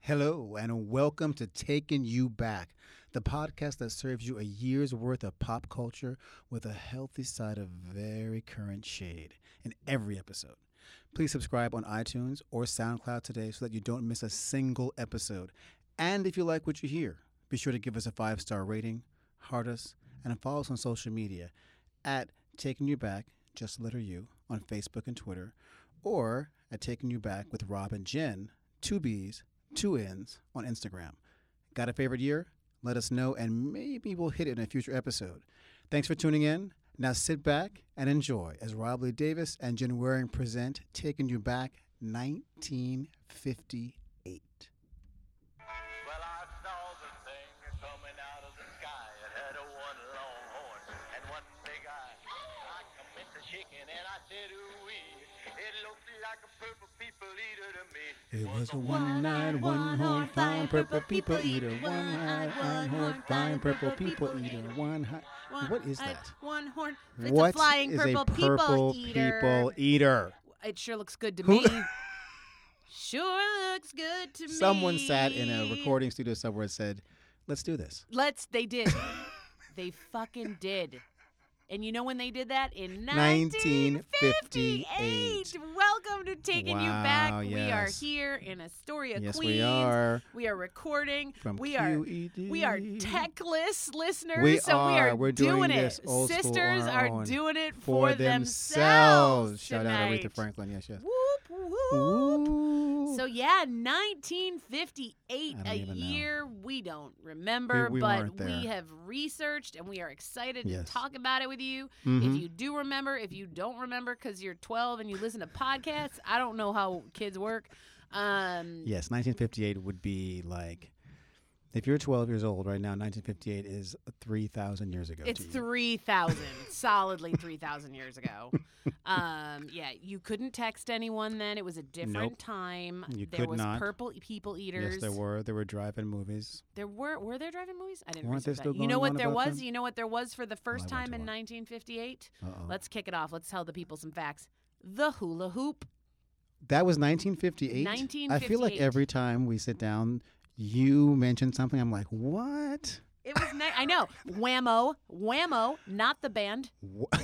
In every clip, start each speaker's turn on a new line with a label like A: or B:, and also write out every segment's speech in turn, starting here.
A: Hello, and welcome to Taking You Back, the podcast that serves you a year's worth of pop culture with a healthy side of very current shade in every episode. Please subscribe on iTunes or SoundCloud today so that you don't miss a single episode. And if you like what you hear, be sure to give us a five star rating, heart us, and follow us on social media at Taking You Back, just the letter U, on Facebook and Twitter, or at Taking You Back with Rob and Jen, two B's, two N's, on Instagram. Got a favorite year? Let us know, and maybe we'll hit it in a future episode. Thanks for tuning in. Now sit back and enjoy as Rob Lee Davis and Jen Waring present Taking You Back 1958.
B: Well, I saw the thing coming out of the sky. It had a one long horn and one big eye. I commenced a chicken and I said, ooh-wee. It looked like a purple people eater to me.
A: It was a
C: One
A: one-eyed,
C: eyed, one
A: one-horned,
C: horn,
A: fine purple people eater. One-eyed,
C: one
A: one-horned,
C: horn,
A: fine
C: fine
A: purple
C: purple
A: people
C: people
A: eater.
C: eater.
A: One hi- What is
C: eyed,
A: that?
C: One horn. It's
A: What
C: a flying
A: is
C: purple,
A: a purple
C: people eater.
A: people eater?
C: It sure looks good to
A: Who-
C: me. sure looks good to me.
A: Someone sat in a recording studio somewhere and said, "Let's do this."
C: Let's. They did. they fucking did. And you know when they did that? In
A: 1958.
C: 1958. Welcome to Taking You Back.
A: Wow,
C: We are
A: yes.
C: here in Astoria,
A: yes,
C: Queens.
A: we are
C: We are recording.
A: from E
C: we are
A: QED.
C: We are techless listeners,
A: We
C: so we
A: are.
C: are
A: We're doing
C: doing,
A: this
C: it.
A: old school on
C: Sisters
A: our
C: are
A: own.
C: doing it
A: for, themselves.
C: themselves.
A: Shout out Aretha
C: tonight.
A: Franklin. Yes, yes.
C: Whoop whoop.
A: Ooh.
C: So yeah, 1958,
A: I don't
C: a
A: even know.
C: year we don't remember,
A: We- we
C: but
A: weren't there.
C: we have researched and we are excited
A: Yes.
C: to talk about it with you.
A: Mhm.
C: If you do remember, if you don't remember because you're 12 and you listen to podcasts, I don't know how kids work. Um,
A: Yes, 1958 would be like if you're 12 years old right now. 1958 is 3,000 years ago.
C: It's
A: to you.
C: three thousand, solidly three thousand years ago. Um, yeah, you couldn't text anyone then; it was a different
A: Nope.
C: time.
A: You
C: there
A: could
C: was
A: not.
C: purple e- people eaters.
A: Yes, there were there were drive-in movies.
C: There were were there driving movies? I didn't.
A: Weren't they
C: research
A: still
C: that. You know
A: going
C: what
A: on
C: there
A: about
C: was?
A: them? Oh,
C: You know what there was for the first
A: I went
C: time
A: to
C: in
A: one. Oh.
C: 1958?
A: Uh-oh.
C: Let's kick it off. Let's tell the people some facts. The hula hoop.
A: that was 1958. I feel like
C: 1958.
A: every time we sit down, you mention something. I'm like, what?
C: It was. Ni- I know. Whammo. Whammo. Not the band.
A: What?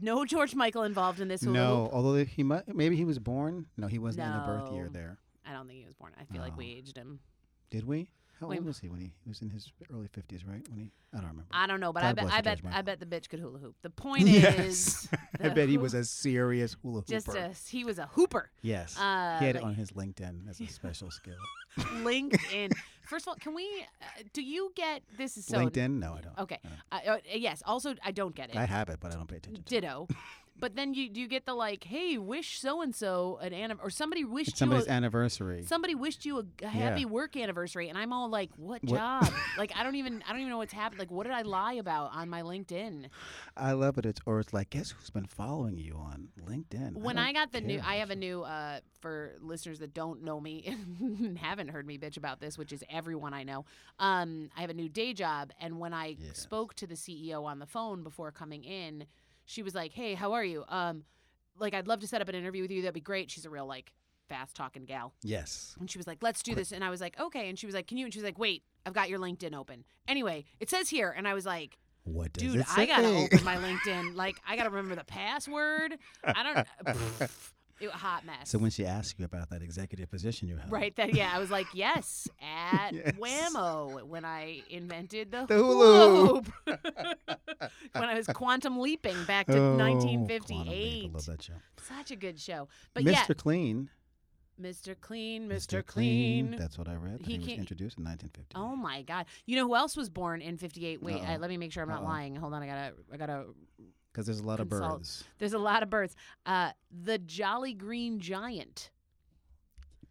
C: No George Michael involved in this hula hoop.
A: no, although he might, maybe he was born. No, he wasn't in the birth year
C: No.
A: there.
C: I don't think he was born. I feel like
A: No.
C: we aged him.
A: Did we? How
C: Wait,
A: old was he when he, he was in his early 50s? Right when he? I don't remember.
C: I don't know, but I
A: God
C: bet
A: bless
C: I
A: you,
C: bet
A: Judge
C: I
A: Michael.
C: bet the bitch could hula hoop. The point is,
A: I
C: the
A: bet he
C: hoo-
A: was a serious hula hooper.
C: just a he was a hooper.
A: yes.
C: Uh,
A: he had it
C: like
A: on his LinkedIn as a special skill.
C: LinkedIn. First of all, can we? Uh, do you get this? Is so
A: LinkedIn? No, I don't.
C: Okay.
A: No.
C: Uh, uh, yes. Also, I don't get it.
A: I have it, but I don't pay attention. to it.
C: Ditto. But then you do you get the like, hey, wish so and so an anniv or somebody
A: It's
C: wished you
A: somebody's
C: a,
A: anniversary.
C: somebody wished you a g- happy work anniversary, and I'm all like, what
A: What-
C: job? like I don't even I don't even know what's happened. Like what did I lie about on my LinkedIn?
A: I love it. It's or it's like, guess who's been following you on LinkedIn?
C: when
A: don't
C: I got the new,
A: care.
C: I have a new uh, for listeners that don't know me and haven't heard me bitch about this, which is everyone I know. Um, I have a new day job, and when I
A: Yes.
C: spoke to the CEO on the phone before coming in, she was like, "Hey, how are you? Um, like, I'd love to set up an interview with you. That'd be great." She's a real like fast talking gal,
A: yes.
C: and she was like, "Let's do this," and I was like, "Okay," and she was like, "Can you?" And she was like, "Wait, I've got your LinkedIn open." Anyway, it says here, and I was like.
A: What does
C: Dude,
A: it
C: I gotta
A: say?
C: open my LinkedIn. Like, I gotta remember the password. I don't. uh, pff, it, hot mess.
A: so when she asked you about that executive position you held,
C: right that, yeah, I was like, yes, at
A: Yes.
C: Whammo when I invented the,
A: The hula
C: hoop. when I was quantum leaping back to
A: Oh, Quantum Leap,
C: 1958.
A: I love that show.
C: Such a good show. But
A: Mr.
C: yeah,
A: Clean.
C: Mr. Clean, Mr. Clean.
A: That's what I read.
C: He
A: He, was
C: can't-
A: introduced in 1950.
C: Oh my God! You know who else was born in '58? Wait,
A: Uh-oh.
C: uh, let me make sure I'm not
A: Uh-oh.
C: lying. Hold on, I gotta, I gotta
A: Because there's a lot of
C: consult.
A: birds.
C: There's a lot of birds. Uh, the Jolly Green Giant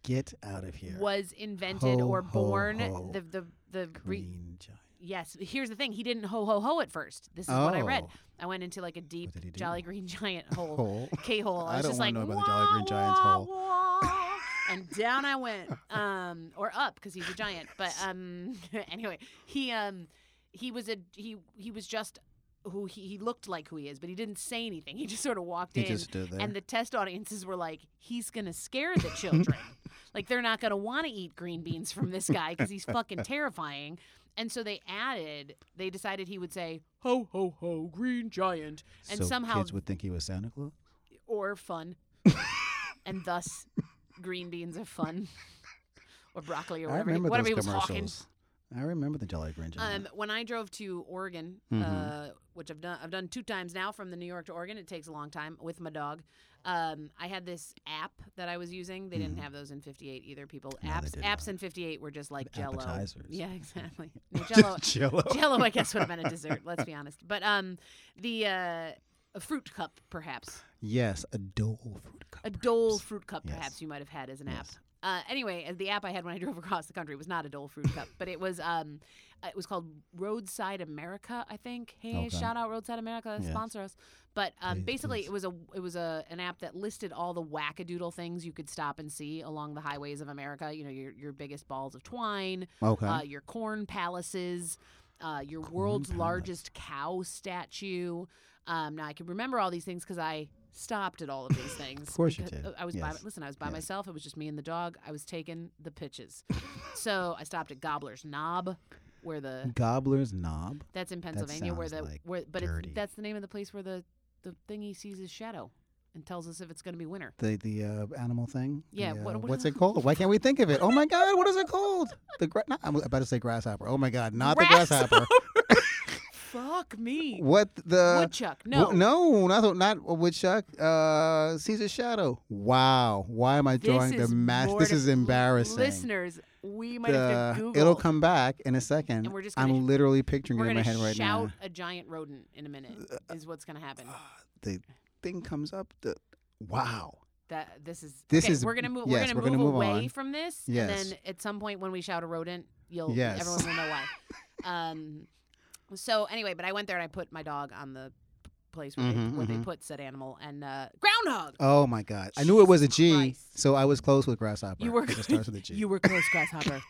A: Get out of here.
C: was invented
A: Ho,
C: or
A: ho,
C: born.
A: ho.
C: The the the re-
A: Green giant.
C: yes. Here's the thing. He didn't ho ho ho at first. This is what I read.
A: Oh.
C: I went into like a deep
A: did he do?
C: Jolly Green Giant hole,
A: Hole.
C: K hole.
A: I
C: was
A: don't
C: just
A: wanna
C: like
A: know about the Jolly Green Giant's
C: "Wah,
A: hole."
C: wah," and down I went, um, or up because he's a giant. But um, anyway, he um, he was a he he was just who he, he looked like who he is, but he didn't say anything. He just sort of walked
A: He
C: in.
A: just stood there.
C: And the test audiences were like, he's going to scare the children. Like they're not gonna want to eat green beans from this guy because he's fucking terrifying. And so they added. They decided he would say ho ho ho green giant, and
A: so
C: somehow
A: kids would think he was Santa Claus.
C: or fun, and thus green beans are fun, or broccoli or
A: I
C: whatever. he-
A: remember
C: whatever
A: those
C: he was hawking.
A: commercials. I remember the Jolly Green Giant.
C: Um, when I drove to Oregon,
A: Mm-hmm.
C: uh, which I've done, I've done two times now from the New York to Oregon. It takes a long time with my dog. Um, I had this app that I was using. They didn't have those in '58 either. People
A: Mm-hmm. No, they
C: apps
A: did
C: apps
A: not.
C: in '58 were just like Jello.
A: appetizers.
C: Yeah, exactly. No, Jello.
A: Jello.
C: Jello, I guess, would have been a dessert. Let's be honest. But um, the uh, a fruit cup, perhaps
A: Yes, a Dole fruit cup.
C: a
A: perhaps.
C: Dole fruit cup,
A: Yes.
C: perhaps you might have had as an
A: Yes.
C: app. Uh, anyway, uh, the app I had when I drove across the country was not a Dole fruit cup, but it was um, uh, it was called Roadside America, I think. Hey,
A: Okay.
C: shout out Roadside America,
A: Yes.
C: sponsor us. But um,
A: Please,
C: basically,
A: please.
C: it was a it was a an app that listed all the wackadoodle things you could stop and see along the highways of America. You know, your your biggest balls of twine,
A: Okay.
C: uh, your corn palaces, uh, your world's
A: palace.
C: largest cow statue. Um, now I can remember all these things because I stopped at all of these things.
A: Of course you
C: because-
A: did.
C: I was by,
A: Yes.
C: listen. I was by
A: Yes.
C: myself. It was just me and the dog. I was taking the pitches, so I stopped at Gobbler's Knob, where the
A: Gobbler's Knob.
C: that's in Pennsylvania, where the
A: Hmm. sounds, like,
C: where but it's,
A: dirty.
C: that's the name of the place where the the thingy sees his shadow and tells us if it's going to be winter.
A: The the uh, animal thing.
C: Yeah,
A: The,
C: what-
A: uh,
C: what-
A: what's it called? Why can't we think of it? Oh my God! What is it called? The gra- not, I'm about to say grasshopper. Oh my God! Not the grasshopper.
C: Fuck me.
A: What the?
C: Woodchuck. No.
A: Wo- no, not the- not a woodchuck. Uh, Caesar shadow. Wow. Why am I drawing the match? This
C: mortif-
A: is embarrassing.
C: Listeners, we might have to
A: The-
C: Google.
A: it'll come back in a 2nd
C: And we're just gonna-
A: I'm literally picturing
C: We're
A: it in my
C: gonna
A: head right
C: shout
A: now. Uh,
C: a giant rodent in a minute. Is what's going to happen.
A: The thing comes up. The wow.
C: That this is.
A: This
C: okay,
A: is-
C: We're gonna move.
A: yes,
C: we're
A: we're
C: gonna
A: gonna
C: move,
A: move
C: away
A: on.
C: from this.
A: Yes.
C: And then at some point when we shout a rodent, you'll.
A: Yes.
C: Everyone will know why. Um. So anyway, but I went there and I put my dog on the p- place where, they,
A: Mhm,
C: where they
A: mhm.
C: put said animal and uh, groundhog.
A: Oh my God! I knew it was a G,
C: Christ.
A: so I was close with grasshopper.
C: You were
A: 'cause It starts with a G.
C: You were close, grasshopper.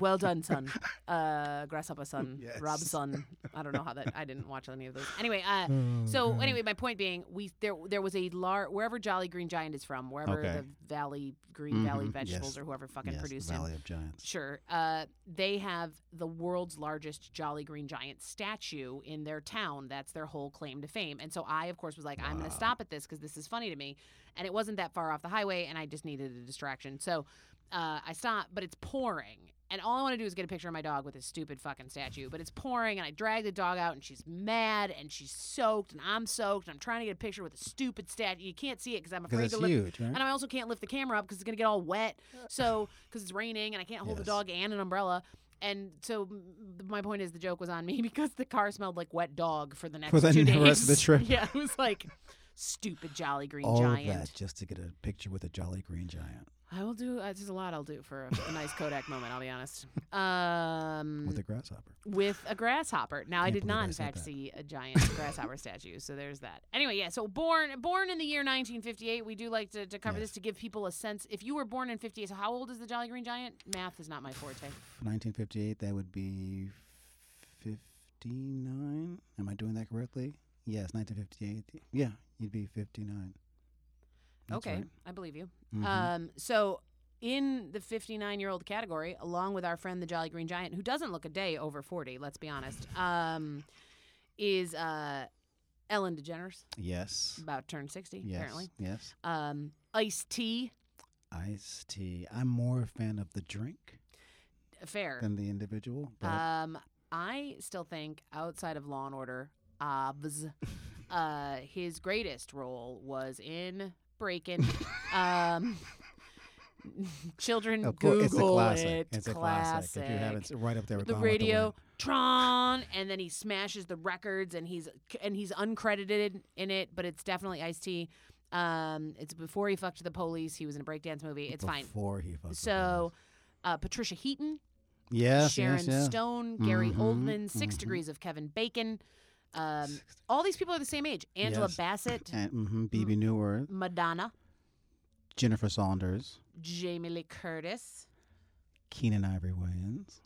C: well done, son. Uh, grasshopper son. Rob
A: Yes.
C: son. I don't know how that. I didn't watch any of those. Anyway, uh,
A: Oh,
C: so
A: God.
C: anyway, my point being, we there there was a lar wherever Jolly Green Giant is from, wherever
A: Okay.
C: the Valley Green Valley
A: Mhm,
C: Vegetables
A: yes.
C: or whoever fucking
A: yes,
C: produced
A: the
C: him.
A: Valley of Giants.
C: Sure. Uh, they have the world's largest Jolly Green Giant statue in their town. That's their whole claim to fame. And so I, of course, was like, I'm going
A: Wow.
C: to stop at this because this is funny to me. And it wasn't that far off the highway, and I just needed a distraction. So uh, I stopped, but it's pouring. And all I want to do is get a picture of my dog with this stupid fucking statue. But it's pouring, and I drag the dog out, and she's mad, and she's soaked, and I'm soaked, and I'm trying to get a picture with a stupid statue. You can't see it because I'm
A: Because
C: afraid
A: it's
C: to look
A: huge, right?
C: and I also can't lift the camera up because it's gonna get all wet. So because it's raining and I can't hold
A: Yes.
C: the dog and an umbrella. And so m- my point is the joke was on me because the car smelled like wet dog for the next
A: the
C: two days.
A: rest of the trip.
C: Yeah, it was like stupid Jolly Green
A: All
C: Giant.
A: of that just to get a picture with a Jolly Green Giant
C: I will do. Uh, there's a lot I'll do for a, a nice Kodak moment. I'll be honest. Um,
A: with a grasshopper.
C: with a grasshopper. Now I
A: Can't
C: did
A: believe
C: not,
A: I
C: in
A: said
C: fact,
A: that.
C: see a giant grasshopper statue. So there's that. Anyway, yeah. So born born in the year 1958. We do like to, to cover
A: Yes.
C: this to give people a sense. If you were born in 58, so how old is the Jolly Green Giant? Math is not my forte.
A: 1958, that would be 59. Am I doing that correctly? Yes, 1958. Yeah, you'd be 59. That's
C: okay,
A: right.
C: I believe you.
A: Mhm.
C: Um, so in the 59 year old category, along with our friend the Jolly Green Giant, who doesn't look a day over 40. Let's be honest. Um, is uh, Ellen DeGeneres
A: yes.
C: about turned 60
A: Yes.
C: apparently?
A: Yes.
C: Um, Ice T.
A: Iced tea. I'm more a fan of the drink
C: Fair.
A: than the individual. But
C: Um, I still think outside of Law and Order, obs, uh, his greatest role was in Breaking. um, children
A: Oh, of course,
C: Google
A: it's a classic.
C: it.
A: It's a classic. If you haven't, it's right up there with
C: the
A: Gone with
C: radio
A: Wind.
C: Tron, and then he smashes the records, and he's and he's uncredited in it, but it's definitely Ice T. Um, it's before he fucked the police. He was in a breakdance movie. It's fine.
A: Before he fucking
C: So, uh, Patricia Heaton,
A: yes,
C: Sharon
A: yes, yes.
C: Stone, Gary
A: Mhm,
C: Oldman, 6
A: mhm.
C: Degrees of Kevin Bacon. Um, all these people are the same age. Angela
A: Yes.
C: Bassett,
A: And mm-hmm, BB New Earth,
C: Madonna,
A: Jennifer Saunders,
C: Jamie Lee Curtis.
A: Keenan Ivory Wayans.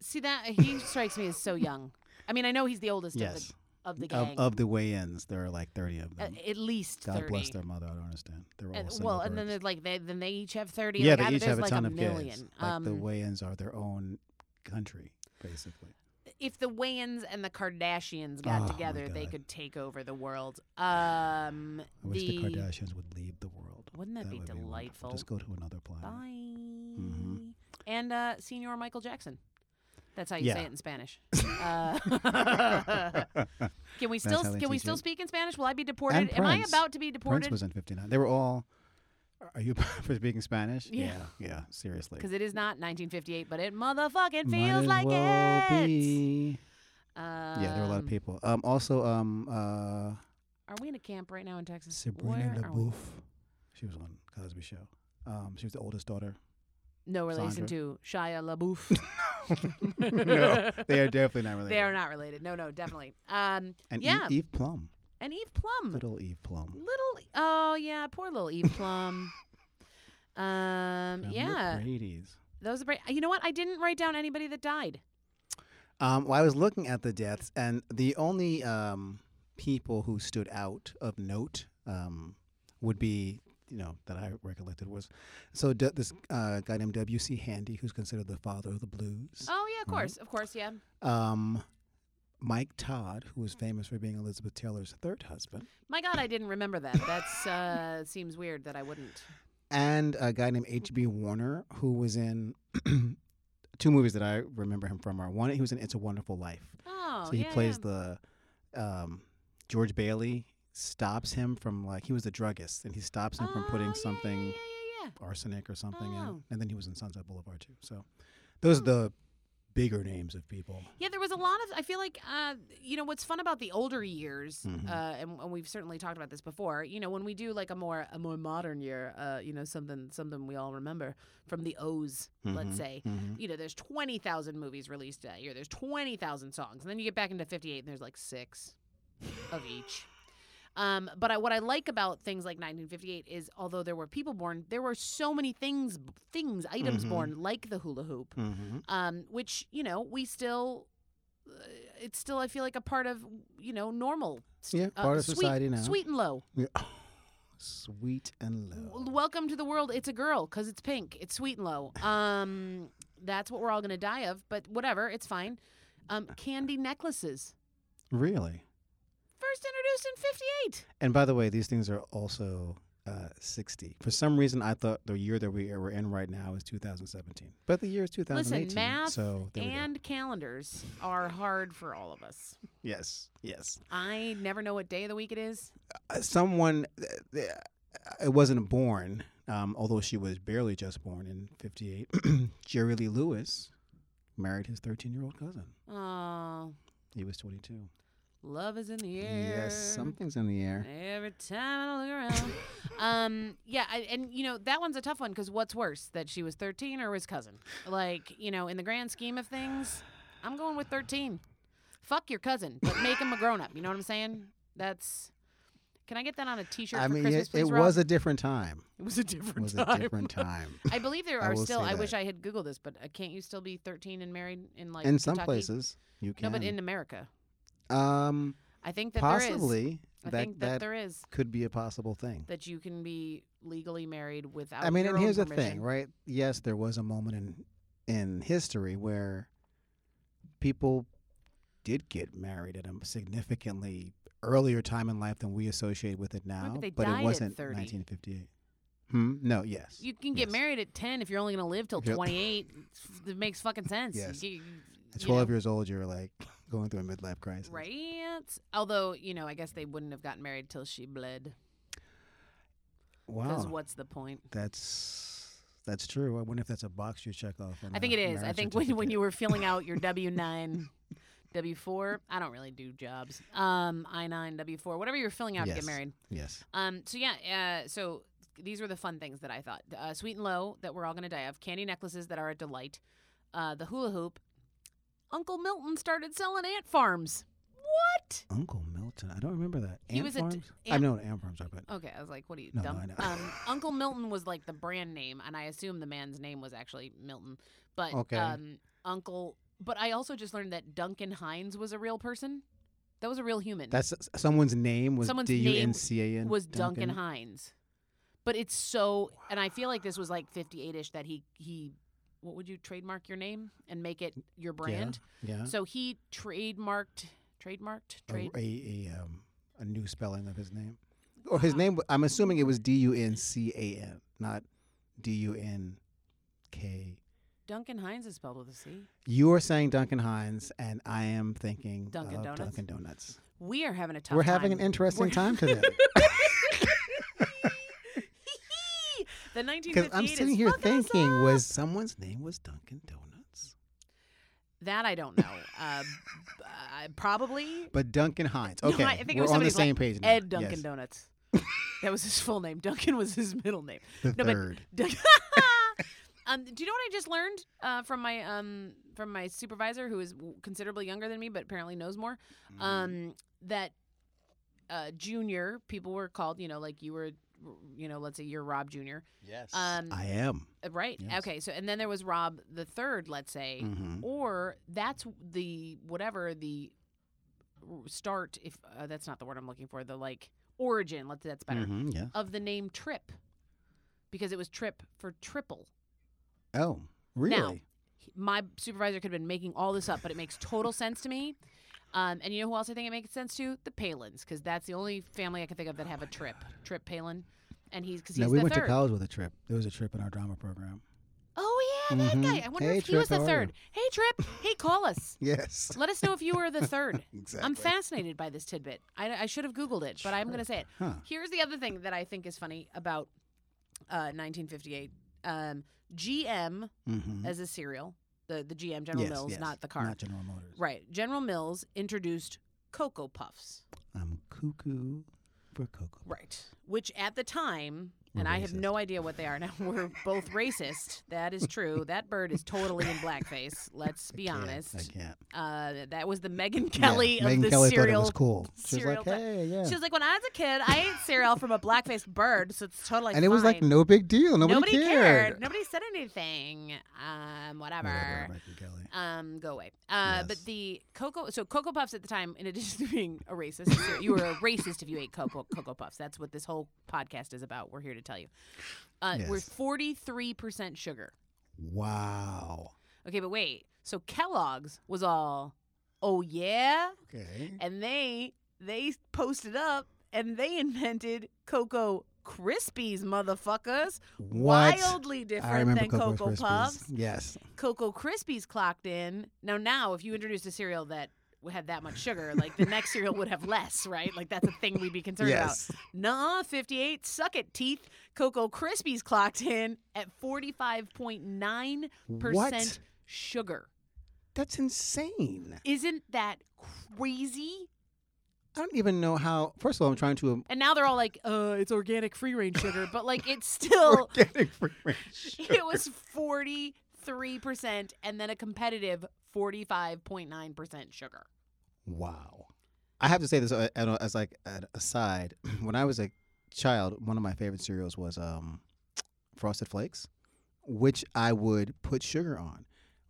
C: See that he strikes me as so young. I mean, I know he's the oldest
A: Yes.
C: of of the
A: Of,
C: gang. Uh,
A: of the weigh-ins, there are like 30 of
C: A-
A: them.
C: at least
A: God
C: 30.
A: bless their mother. I don't understand. They're all
C: And,
A: single
C: Uh, well, and then
A: birds.
C: there's like they then they each have 30.
A: yeah,
C: like, I-
A: they each
C: there's
A: have a
C: like
A: ton
C: a
A: of
C: million.
A: kids. Like the
C: Um,
A: weigh-ins are their own country, basically.
C: if the Wayans and the Kardashians got
A: Oh, my
C: together, they
A: God.
C: could take over the world. Um,
A: I wish the,
C: the-
A: Kardashians would leave the world.
C: Wouldn't that, be
A: would wonderful.
C: delightful?
A: Just go to another planet.
C: Bye.
A: Mm-hmm.
C: And uh, Senior Michael Jackson. That's how you
A: Yeah.
C: say it in Spanish. uh, can we still
A: how they
C: can we
A: teach
C: still
A: it.
C: speak in Spanish? Will I be deported? Am I
A: Prince.
C: about to be
A: Prince
C: deported?
A: was in '59. They were all. Are you for speaking Spanish?
C: Yeah.
A: yeah. yeah, seriously.
C: Because it is not 1958, but it motherfucking
A: Might
C: feels
A: as
C: like
A: well
C: it.
A: be.
C: Um,
A: Yeah, there were a lot of people. Um, also, um, uh,
C: Are we in a camp right now in Texas?
A: Sabrina
C: Where are we?
A: LaBeouf. She was on Cosby Show. Um, she was the oldest daughter.
C: No
A: Sandra.
C: relation to Shia LaBeouf.
A: no, they are definitely not related.
C: They are not related. No, no, definitely. Um,
A: And E
C: yeah,
A: Eve, Eve Plum,
C: and Eve Plum,
A: little Eve Plum.
C: little. Oh yeah, poor little Eve Plum.
A: From
C: um,
A: the
C: yeah,
A: Brady's.
C: those are. Bra- you know what? I didn't write down anybody that died.
A: Um, well, I was looking at the deaths, and the only um, people who stood out of note um, would be, you know, that I recollected was so d- this uh, guy named W.C. Handy, who's considered the father of the blues.
C: Oh yeah, of
A: Right.
C: course, of course, yeah.
A: Um, Mike Todd, who was famous for being Elizabeth Taylor's third husband,
C: My God, I didn't remember that. That's uh, seems weird that I wouldn't.
A: and a guy named H.B. Warner, who was in two movies that I remember him from. Are one, he was in It's a Wonderful Life.
C: Oh,
A: So he
C: yeah,
A: plays
C: yeah.
A: the um, George Bailey stops him from like he was the druggist and he stops him from
C: Oh,
A: putting
C: yeah,
A: something
C: Yeah, yeah, yeah.
A: arsenic or something in.
C: Oh.
A: And then he was in Sunset Boulevard too. So those are the bigger names of people.
C: Yeah, there was a lot of. I feel like, uh, you know, what's fun about the older years,
A: Mhm.
C: uh, and, and we've certainly talked about this before. You know, when we do like a more a more modern year, uh, you know, something something we all remember from the O's,
A: Mhm.
C: let's say.
A: Mhm.
C: You know, there's twenty thousand movies released that year. There's twenty thousand songs, and then you get back into fifty eight, and there's like six of each. Um, but I, what I like about things like 1958 is, although there were people born, there were so many things, things, items
A: Mhm.
C: born like the hula hoop
A: Mhm.
C: um, which you know we still uh, it's still i feel like a part of you know normal s-
A: Yeah, part of
C: uh, sweet-
A: society now.
C: sweet and low
A: Yeah. Sweet and low.
C: W- welcome to the world it's a girl because it's pink it's sweet and low um, that's what we're all gonna die of but whatever it's fine um, candy necklaces
A: Really?
C: first introduced in 58
A: And by the way, these things are also uh, 60. For some reason, I thought the year that we are in right now is 2017. But the year is 2018.
C: listen math
A: so there we go.
C: and calendars are hard for all of us
A: Yes, yes.
C: i never know what day of the week it is
A: Uh, Someone, th- th- it wasn't born, um, although she was barely just born in 58. Jerry Lee Lewis married his 13 year old cousin.
C: oh
A: He was 22.
C: love is in the air
A: Yes, something's in the air.
C: Every time I look around. um, yeah, I, and you know that one's a tough one because what's worse, that she was 13 or his cousin? Like, you know, in the grand scheme of things, I'm going with 13. Fuck your cousin, but make him a grown up. You know what I'm saying? That's. Can I get that on a T-shirt
A: I
C: for
A: mean,
C: Christmas,
A: it,
C: please,
A: it
C: Rob?
A: was a different time.
C: It was a
A: It
C: different
A: was
C: time.
A: a different time.
C: I believe there
A: I
C: are
A: will
C: still.
A: say
C: I wish
A: that.
C: I had Googled this, but uh, can't you still be 13 and married in like
A: in some
C: Kentucky?
A: places, you
C: No,
A: can.
C: but in America,
A: um,
C: I think that there is.
A: possibly
C: I
A: that
C: think that,
A: that,
C: there is
A: could be a possible thing.
C: that you can be legally married without.
A: I mean,
C: your
A: and
C: own
A: here's the
C: permission.
A: thing, right? Yes, there was a moment in in history where people did get married at a significantly earlier time in life than we associate with it now,
C: but they died
A: it
C: at
A: wasn't
C: 30.
A: 1958. Hmm? No, yes.
C: You can get
A: Yes.
C: married at 10 if you're only going to live till
A: If you're-
C: 28. it makes fucking sense.
A: Yes.
C: You-
A: At
C: you
A: 12
C: know,
A: years old, you're like going through a midlife crisis.
C: Right. Although, you know, I guess they wouldn't have gotten married till she bled. Because
A: Wow.
C: what's the point?
A: That's that's true. I wonder if that's a box you check off. on
C: I think
A: a
C: it is. I
A: marriage
C: think when, when
A: certificate.
C: you were filling out your W 9, W 4, I don't really do jobs. Um, I 9, W 4, whatever you're filling out to
A: Yes.
C: get married.
A: Yes.
C: Um, so yeah, uh, so these were the fun things that I thought: uh, sweet and low that we're all gonna die of, candy necklaces that are a delight, uh, the hula hoop. Uncle Milton started selling ant farms. What?
A: Uncle Milton. I don't remember that.
C: He
A: Ant
C: was a d-
A: farms? I
C: ant-
A: know what ant farms are, but
C: Okay, I was like, what are you
A: No, no,
C: dumb?
A: I know.
C: Um, Uncle Milton was like the brand name, and I assume the man's name was actually Milton. But
A: Okay.
C: um, Uncle. But I also just learned that Duncan Hines was a real person. That was a real human.
A: That's someone's name was
C: Someone's
A: D
C: name
A: U N C A N.
C: was Duncan Hines. But it's so, and I feel like this was like 58 ish that he, he, what would you trademark your name and make it your brand?
A: Yeah. Oh,
C: So he trademarked, trademarked,
A: A,
C: trade.
A: a, a, um, a new spelling of his name. Or his name, wa- I'm assuming it was D U N C A N, not D U N K.
C: Duncan Hines is spelled with a C.
A: You are saying Duncan Hines, and I am thinking
C: Dunkin'
A: of
C: Donuts?
A: Dunkin' Donuts.
C: We are having a tough
A: We're having an
C: time.
A: interesting time today.
C: the 1958
A: Because I'm
C: is
A: sitting here
C: fucking us
A: thinking,
C: up.
A: was someone's name was Dunkin' Donuts?
C: that I don't know. Uh, b- uh, probably
A: But Duncan Hines.
C: No,
A: Okay,
C: I think it
A: we're
C: was
A: on the
C: somebody's like
A: same page. Now.
C: Ed Dunkin'
A: yes.
C: Donuts. that was his full name. Duncan was his middle name.
A: The
C: No, but-
A: third.
C: Dun- um, do you know what I just learned uh, from my um, from my supervisor, who is w- considerably younger than me, but apparently knows more?
A: Mm-hmm.
C: Um, that uh, junior people were called. You know, like you were, you know, let's say you're Rob Junior.
A: yes.
C: Um,
A: I am.
C: uh, right?
A: Yes.
C: Okay. So and then there was Rob the third. Let's say,
A: hmm
C: or that's the whatever the r- start. If uh, that's not the word I'm looking for, the like origin. Let's that's better
A: hmm yeah.
C: of the name Trip, because it was Trip for triple.
A: Oh, really?
C: he- my supervisor could have been making all this up, but it makes total sense to me. Um, and you know who else I think it makes sense to? The Palins, because that's the only family I can think of that have a trip. Trip Palin, and he's because he's
A: no, we
C: the
A: went
C: third.
A: to college with a trip. There was a trip in our drama program.
C: oh yeah, that
A: Mhm.
C: guy. I wonder
A: Hey,
C: if he was
A: Trip,
C: the
A: how are you?
C: third. Hey Trip, hey call us.
A: Yes.
C: Let us know if you were the third.
A: Exactly.
C: I'm fascinated by this tidbit. I, I should have Googled it, but I'm going to say it.
A: Huh.
C: Here's the other thing that I think is funny about uh, 1958. Um, GM
A: Mhm.
C: as a cereal, the, the GM, General
A: Yes,
C: Mills,
A: yes.
C: not the car.
A: Not General Motors.
C: Right. General Mills introduced Cocoa Puffs.
A: I'm cuckoo for cocoa.
C: Right. Which at the time,
A: We're
C: and I have
A: racist.
C: no idea what they are now. We're both racist. That is true. That bird is totally in blackface. Let's be
A: Can't-
C: honest.
A: I can't.
C: Uh, that was the Megan
A: Yeah,
C: Kelly of
A: Megyn
C: the
A: Kelly thought it
C: cereal.
A: was cool. She was
C: cereal
A: like,
C: type.
A: hey, yeah.
C: She was like, when I was a kid, I ate cereal from a blackfaced bird, so it's totally
A: and it was like
C: fine."
A: no big deal. Nobody,
C: nobody
A: cared.
C: Nobody said anything. Um,
A: Whatever,
C: whatever.
A: Megyn Kelly.
C: Um, go away. Uh, But
A: Yes.
C: the cocoa, so cocoa puffs at the time, in addition to being a racist, you- you were a racist if you ate cocoa cocoa puffs. That's what this whole podcast is about. We're here to tell you. Uh, We're
A: Yes.
C: forty three percent sugar.
A: Wow.
C: Okay, but wait. So Kellogg's was all, oh yeah,
A: Okay.
C: and they they posted up and they invented cocoa crispies, motherfuckers.
A: What?
C: Wildly
A: I
C: different
A: remember
C: than cocoa,
A: Cocoa Krispies.
C: puffs.
A: Yes.
C: Cocoa Krispies clocked in. Now, now, if you introduced a cereal that w- had that much sugar, like the next cereal would have less, right? Like that's a thing we'd be concerned
A: yes.
C: about. Nah, 58, suck it, teeth. Cocoa Krispies clocked in at 45.9%
A: What?
C: sugar.
A: That's insane.
C: Isn't that crazy?
A: I don't even know how. First of all, I'm trying to um,
C: And now they're all like, uh, it's organic free range sugar, but like it's still,
A: organic free range.
C: it was 43% and then a competitive 45.9% sugar.
A: Wow. I have to say this uh, at a- as like an aside. When I was a child, one of my favorite cereals was um, Frosted Flakes, which I would put sugar on.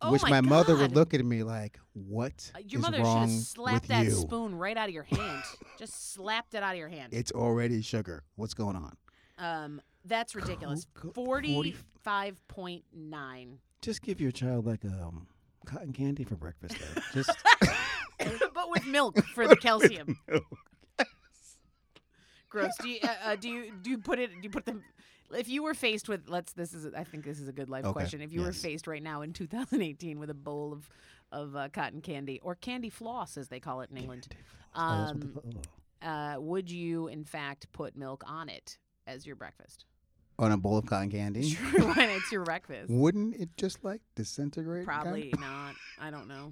C: Oh
A: which my,
C: my
A: mother would
C: God.
A: look at me like, "What
C: Uh,
A: is
C: Your mother should
A: wrong
C: have slapped
A: with
C: that
A: you?
C: spoon right out of your hand. Just slapped it out of your hand.
A: It's already sugar. What's going on?"
C: um, that's ridiculous.
A: Cocoa- 40
C: Forty-five point nine.
A: Just give your child like um, cotton candy for breakfast. though. Just
C: but with milk for the calcium. Gross. Do you uh, uh, do you do you put it? Do you put them? If you were faced with let's this is I think this is a good life
A: Okay,
C: question. If you were
A: yes.
C: faced right now in 2018 with a bowl of of uh, cotton candy or candy floss as they call it in England,
A: Oh, that's what the-
C: Um,
A: oh.
C: uh, would you in fact put milk on it as your breakfast?
A: on a bowl of cotton candy.
C: Sure, when it's your breakfast.
A: Wouldn't it just like disintegrate? kind of?
C: Probably not. I don't know.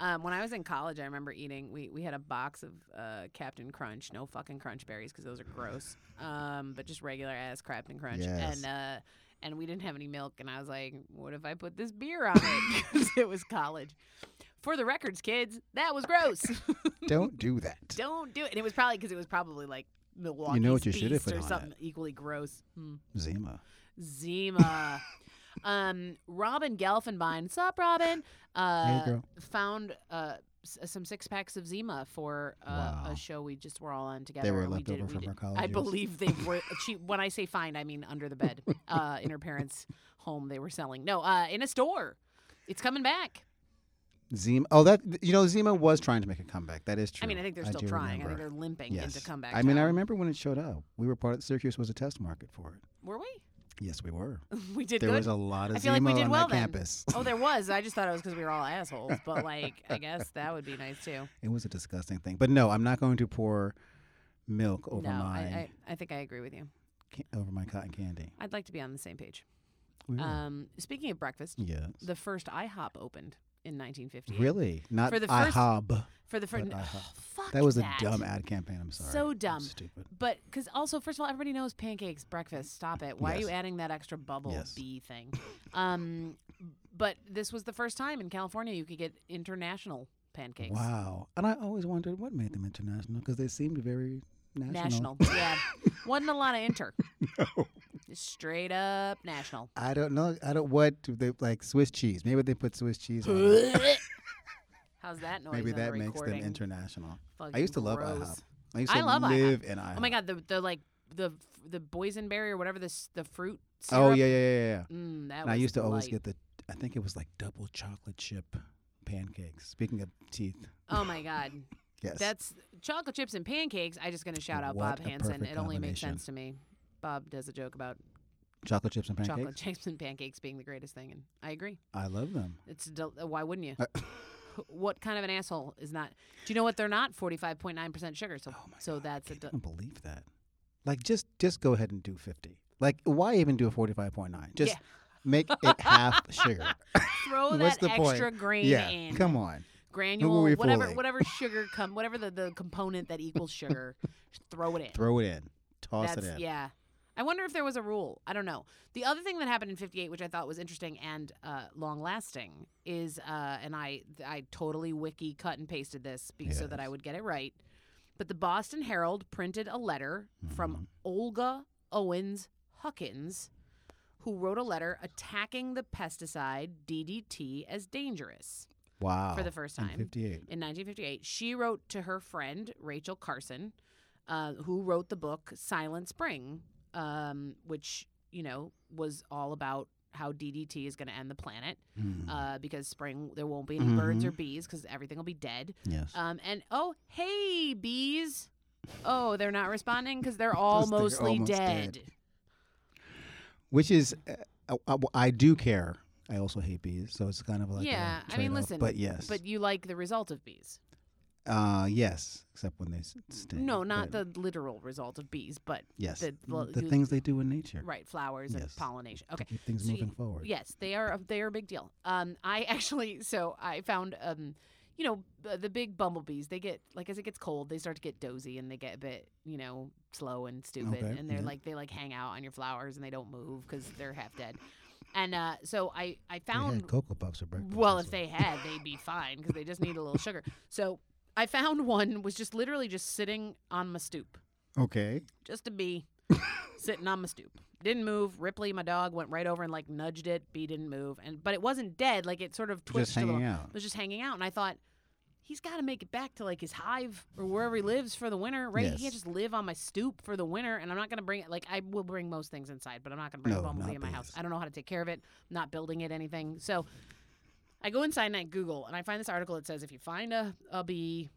C: Um, when I was in college, I remember eating. We, we had a box of uh, Captain Crunch, no fucking Crunch berries because those are gross. Um, but just regular ass Captain Crunch,
A: Yes.
C: and uh, and we didn't have any milk. And I was like, what if I put this beer on it? 'Cause it was college. For the records, kids, that was gross.
A: Don't do that.
C: don't do it. And it was probably because it was probably like Milwaukee.
A: what you should have put
C: or
A: on it.
C: something equally gross. Hmm.
A: Zima.
C: Zima. um, Robin Gelfenbein, sup, Robin? Uh,
A: girl.
C: Found uh, s- some six packs of Zima for uh,
A: Wow.
C: a show we just were all on together.
A: They were
C: and we
A: left
C: did-
A: over
C: we
A: from
C: did-
A: her college.
C: I
A: years.
C: believe they were. She, when I say find, I mean under the bed uh, in her parents' home. They were selling. No, uh, in a store. It's coming back.
A: Zima. Oh, that you know, Zima was trying to make a comeback. That is true.
C: I mean, I think they're still
A: do
C: trying. I think
A: remember.
C: they're limping
A: yes.
C: into comeback.
A: I mean, I
C: town.
A: remember when it showed up. We were part of Syracuse was a test market for it.
C: Were we?
A: Yes, we were.
C: we did
A: there
C: good.
A: was a lot of
C: I feel like we
A: Zima
C: did
A: on
C: well
A: that
C: then.
A: campus.
C: oh, there was. I just thought it was because we were all assholes. But like, I guess that would be nice too.
A: It was a disgusting thing. But no, I'm not going to pour milk over
C: no,
A: my
C: I, I, I think I agree with you.
A: ca- over my cotton candy.
C: I'd like to be on the same page.
A: We were.
C: Um, speaking of breakfast,
A: yes.
C: the first IHOP opened in 1958.
A: Really? Not
C: For the first-
A: IHOB.
C: For the first.
A: But IHOP.
C: fuck
A: That was
C: that.
A: a dumb ad campaign. I'm sorry.
C: So
A: It was
C: dumb.
A: Stupid.
C: But because also, first of all, everybody knows pancakes, breakfast. Stop it. Why are you
A: Yes.
C: adding that extra bubble
A: Yes.
C: B thing? Um, but this was the first time in California you could get international pancakes.
A: Wow. And I always wondered what made them international because they seemed very national.
C: National. yeah. Wasn't a lot of inter. No. Straight up national.
A: I don't know. I don't what do they like Swiss cheese. Maybe they put Swiss cheese on it.
C: How's that noise?
A: Maybe
C: on
A: that
C: the
A: makes them
C: recording?
A: international.
C: Fucking
A: I used to love
C: gross.
A: IHOP. I used to
C: I love IHOP.
A: live in IHOP.
C: Oh my god, the the like the the boysenberry or whatever this the fruit. Syrup.
A: Oh yeah, yeah, yeah, yeah.
C: Mm, that
A: And I
C: was
A: used to always
C: light.
A: get the I think it was like double chocolate chip pancakes. Speaking of teeth.
C: Oh my god,
A: Yes.
C: that's chocolate chips and pancakes. I just gonna shout out
A: What
C: Bob
A: a
C: Hansen.
A: perfect
C: It only makes
A: combination.
C: sense to me. Bob does a joke about
A: chocolate chips and pancakes.
C: chocolate chips and pancakes being the greatest thing, and I agree.
A: I love them.
C: It's del- uh, why wouldn't you?
A: I-
C: what kind of an asshole is not? Do you know what they're not? Forty five point nine percent sugar. So
A: Oh my
C: so that's a
A: I
C: del-
A: don't believe that. Like just just go ahead and do 50. Like why even do a 45.9? Just
C: Yeah.
A: make it half sugar.
C: throw
A: What's
C: that
A: the point?
C: extra grain
A: yeah.
C: in.
A: Come on.
C: Granule,
A: we
C: whatever,
A: fooling?
C: whatever sugar come, whatever the, the component that equals sugar, just throw it in.
A: Throw it in. Toss
C: That's
A: it in.
C: yeah. I wonder if there was a rule. I don't know. The other thing that happened in '58, which I thought was interesting and uh, long-lasting, is uh, and I I totally wiki cut and pasted this be- so that I
A: Yes.
C: would get it right. But the Boston Herald printed a letter
A: Mm-hmm.
C: from Olga Owens Huckins, who wrote a letter attacking the pesticide DDT as dangerous
A: Wow.
C: for the first
A: Oh, In
C: time.
A: 58.
C: In 1958, she wrote to her friend Rachel Carson, uh, who wrote the book Silent Spring, um, which you know was all about how DDT is going to end the planet
A: Mm.
C: uh, because spring there won't be any
A: Mm-hmm.
C: birds or bees because everything will be dead.
A: yes.
C: Um, and oh hey bees, oh they're not responding because they're all
A: They're
C: mostly
A: almost
C: dead.
A: dead. Which is, uh, I, I- I do care. I also hate bees, so it's kind of like a
C: yeah, I mean
A: trade-off,
C: listen,
A: but yes,
C: but you like the result of bees.
A: uh, yes, except when they s- sting.
C: No, not
A: but
C: the literal result of bees, but
A: yes, mm,
C: the-
A: the,
C: well, you-
A: things they do in nature
C: right flowers and
A: Yes.
C: pollination. Okay,
A: to keep things
C: So you-
A: moving forward.
C: Yes, they are. They are a big deal. Um, I actually, so I found, um, you know, b- the big bumblebees. They get like as it gets cold, they start to get dozy and they get a bit, you know, slow and stupid.
A: Okay,
C: and they're
A: yeah.
C: like they like hang out on your flowers and they don't move because they're half dead. And uh, so I
A: They
C: I
A: had
C: found
A: cocoa puffs for breakfast.
C: well,
A: that's
C: if
A: what-
C: they had, they'd be fine because they just need a little sugar. So I found one was just literally just sitting on my stoop
A: okay,
C: just a bee sitting on my stoop. Didn't move. Ripley, my dog, went right over and like nudged it. Bee didn't move, and but it wasn't dead. Like it sort of twitched
A: just
C: a
A: hanging
C: little.
A: out.
C: It was just hanging out, and I thought he's got to make it back to like his hive or wherever he lives for the winter, right?
A: Yes.
C: He can't just live on my stoop for the winter, and I'm not gonna bring it. Like I will bring most things inside, but I'm not gonna bring a
A: No,
C: bumblebee
A: not
C: in my house.
A: bees.
C: I don't know how to take care of it. I'm not building it anything. So I go inside and I Google, and I find this article that says if you find a a bee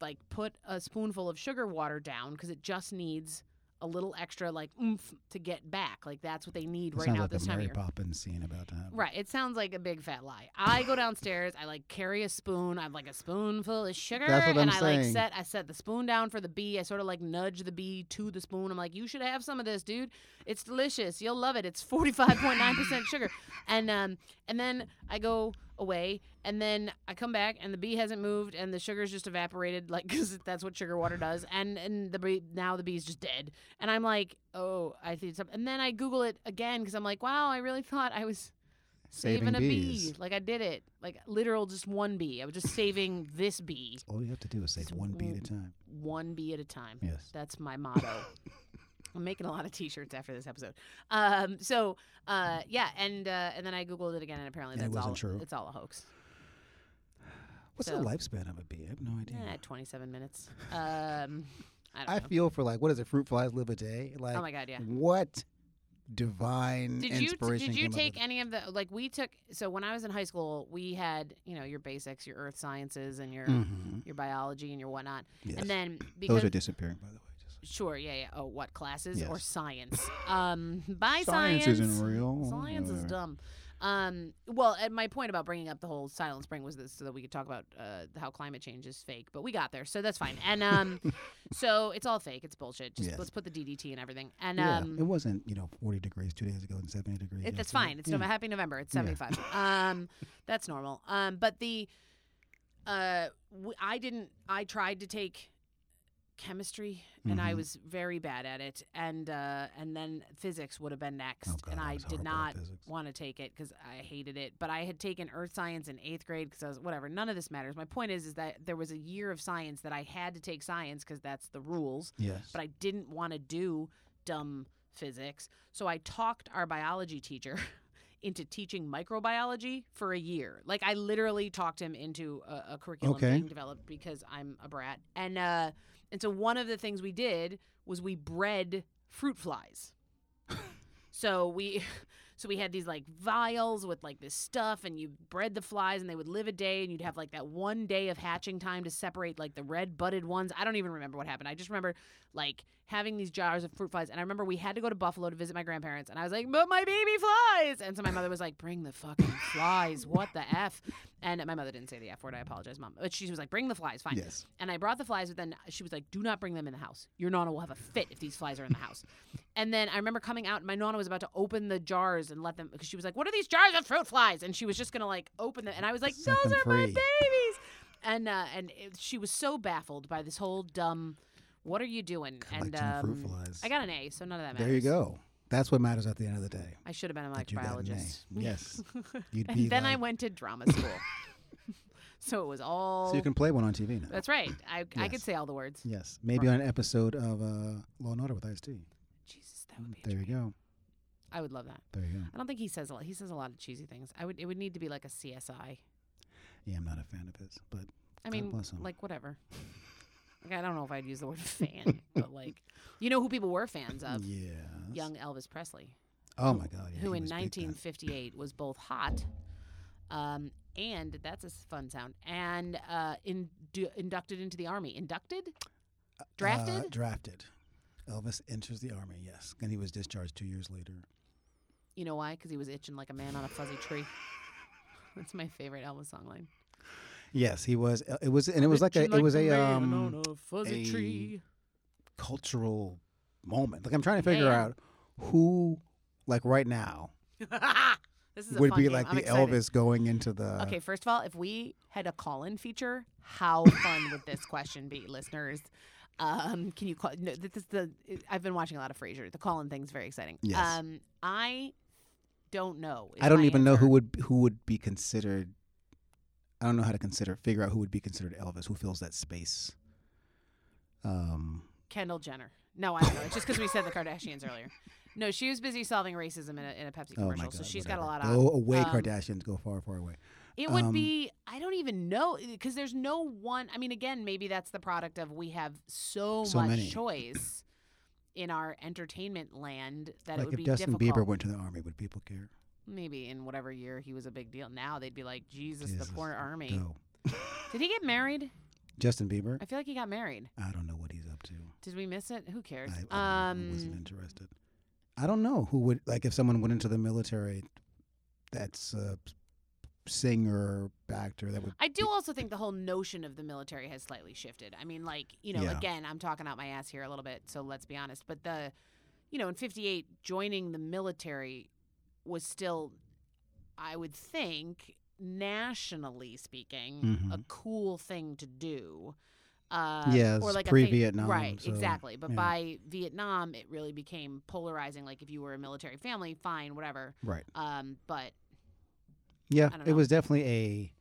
C: like put a spoonful of sugar water down because it just needs a little extra like oomph to get back. Like that's what they need
A: That
C: right
A: sounds
C: now
A: like
C: this
A: a
C: time of
A: Mary
C: year.
A: Poppins scene about that.
C: Right. It sounds like a big fat lie. I go downstairs. I like carry a spoon. I'm like a spoonful of sugar,
A: That's what
C: and
A: I'm
C: I like
A: saying.
C: set. I set the spoon down for the bee. I sort of like nudge the bee to the spoon. I'm like, you should have some of this, dude. It's delicious. You'll love it. It's 45.9 percent sugar, and um, and then I go away, and then I come back, and the bee hasn't moved, and the sugar's just evaporated, like because that's what sugar water does. And and the bee now the bee's just dead, and I'm like, oh, I see something. And then I Google it again because I'm like, wow, I really thought I was saving,
A: Saving
C: a bee.
A: bees.
C: Like I did it. Like literal just one bee. I was just saving this bee,
A: All you have to do is save
C: It's
A: one bee at a
C: w-
A: time.
C: one bee at a time.
A: Yes.
C: That's my motto. I'm making a lot of T-shirts after this episode. Um, so uh, yeah, and uh, and then I googled it again, and apparently
A: And it
C: that's all.
A: wasn't true.
C: It's all a hoax.
A: What's
C: So-
A: the lifespan of a bee? I have no idea.
C: Eh, 27 minutes. Um, I don't
A: I
C: know.
A: feel for like what is it? Fruit flies live a day. Like
C: oh my god, yeah.
A: what divine
C: Did you
A: inspiration?
C: did you
A: came up
C: take
A: with it?
C: any of the like we took? So when I was in high school, we had you know your basics, your earth sciences, and your
A: Mhm.
C: your biology and your whatnot.
A: Yes.
C: And then because
A: Those are disappearing, by the way. Just
C: sure, yeah, yeah. Oh, what classes or
A: Yes.
C: science? um, by
A: science,
C: science,
A: isn't real. Oh,
C: Science is
A: Whatever.
C: dumb. Um, well, and my point about bringing up the whole silent spring was this, so that we could talk about uh, how climate change is fake. But we got there, so that's fine. And um, so it's all fake. It's bullshit. Just
A: Yes.
C: let's put the DDT and everything. And
A: Yeah,
C: um,
A: it wasn't you know 40 degrees two days ago and 70 degrees.
C: it, that's
A: yesterday.
C: fine. It's
A: yeah.
C: Nov happy November. It's
A: Mm. Yeah.
C: 75. um, that's normal. Um, but the uh, w- I didn't. I tried to take chemistry, and I
A: Mhm.
C: was very bad at it. And uh, and then physics would have been next,
A: Oh, God,
C: and I
A: was
C: did
A: horrible at
C: not
A: physics.
C: want to take it because I hated it. But I had taken earth science in eighth grade because I was whatever. None of this matters. My point is, is that there was a year of science that I had to take science because that's the rules
A: Yes.
C: but I didn't want to do dumb physics. So I talked our biology teacher into teaching microbiology for a year. Like I literally talked him into a, a curriculum
A: Okay.
C: being developed because I'm a brat. And uh, and so one of the things we did was we bred fruit flies. so we so we had these like vials with like this stuff and you bred the flies and they would live a day and you'd have like that one day of hatching time to separate like the red budded ones. I don't even remember what happened. I just remember like having these jars of fruit flies and I remember we had to go to Buffalo to visit my grandparents and I was like, "But my baby flies." And so my mother was like, "Bring the fucking flies. What the f?" And my mother didn't say the f word. I apologize, mom. But she was like, "Bring the flies." Fine.
A: yes.
C: And I brought the flies, but then she was like, "Do not bring them in the house. Your nonna will have a fit if these flies are in the house." and then I remember coming out, and my nonna was about to open the jars and let them because she was like, "What are these jars of fruit flies?" And she was just gonna like open them, and I was like,
A: Set
C: "Those
A: them
C: are my
A: free."
C: babies!" And uh, and it, she was so baffled by this whole dumb, "What are you doing?" And
A: Collection of fruit
C: um,
A: flies.
C: I got an A, so none of that matters.
A: There you go. That's what matters at the end of the day.
C: I should have been a
A: that you got an A.
C: microbiologist.
A: Yes. You'd be
C: and then I
A: like-
C: went to drama school, so it was all.
A: So you can play one on TV now.
C: That's right. I I could
A: Yes.
C: say all the words.
A: yes. Maybe on an episode of uh, Law and Order with Ice T.
C: Jesus, that would be. A
A: There you
C: dream.
A: go.
C: I would love that.
A: There you go.
C: I don't think he says a lot. He says a lot of cheesy things. I would. It would need to be like a CSI.
A: Yeah, I'm not a fan of his, but
C: I mean,
A: bless him.
C: like whatever. like I don't know if I'd use the word fan, but like, you know who people were fans of?
A: yeah.
C: Young Elvis Presley,
A: Oh my God. Yeah,
C: who
A: he
C: in
A: was big time.
C: 1958 was both hot, um, and that's a s- fun sound, and uh, in, du- inducted into the army. Inducted, drafted.
A: Uh, drafted. Elvis enters the army. Yes, and he was discharged two years later.
C: you know why? Because he was itching like a man on a fuzzy tree. that's my favorite Elvis song line.
A: Yes, he was. uh, It was, and it was like a.
C: Itching
A: It was a.
C: man
A: Um,
C: on a fuzzy
A: a-
C: tree.
A: cultural moment. Like I'm trying to figure
C: Yeah.
A: out who, like right now,
C: this is a
A: would
C: fun
A: be
C: game.
A: like
C: I'm
A: the
C: excited.
A: Elvis going into the.
C: Okay, first of all, if we had a call-in feature, how fun would this question be, listeners? Um, can you call? No, this is the. I've been watching a lot of Frasier. The call-in thing's very exciting.
A: Yes.
C: Um, I don't know. is
A: I don't
C: my
A: even know
C: answer.
A: who would who would be considered. I don't know how to consider figure out who would be considered Elvis, who fills that space. Um,
C: Kendall Jenner. No, I don't know. It's just because we said the Kardashians earlier. No, she was busy solving racism in a, in a Pepsi
A: oh
C: commercial,
A: my God,
C: so she's
A: whatever. Oh,
C: got a lot on.
A: Go away,
C: Um,
A: Kardashians. Go far, far away.
C: It would
A: Um,
C: be I don't even know because there's no one. I mean, again, maybe that's the product of we have so,
A: So
C: much
A: many.
C: choice in our entertainment land that it
A: Like
C: would
A: if
C: be
A: Justin Bieber
C: difficult.
A: went to the army, would people care?
C: maybe in whatever year he was a big deal. Now they'd be like, Jesus,
A: Jesus,
C: the poor army.
A: Go.
C: Did he get married?
A: Justin Bieber.
C: I feel like he got married.
A: I don't know what he's up to.
C: Did we miss it? Who cares?
A: I, I don't know. I wasn't
C: um,
A: interested. I don't know who would like if someone went into the military. That's a singer, actor that would.
C: I do also think the whole notion of the military has slightly shifted. I mean, like, you know,
A: Yeah.
C: again, I'm talking out my ass here a little bit, so let's be honest. But the, you know, in 58, joining the military was still, I would think, nationally speaking,
A: Mm-hmm.
C: a cool thing to do. Uh,
A: Yeah,
C: or
A: it's
C: like a thing-
A: pre-Vietnam,
C: right?
A: so,
C: exactly. But
A: yeah.
C: by Vietnam, it really became polarizing. Like if you were a military family, fine, whatever.
A: Right.
C: Um, but
A: Yeah.
C: I don't
A: It
C: know.
A: was definitely a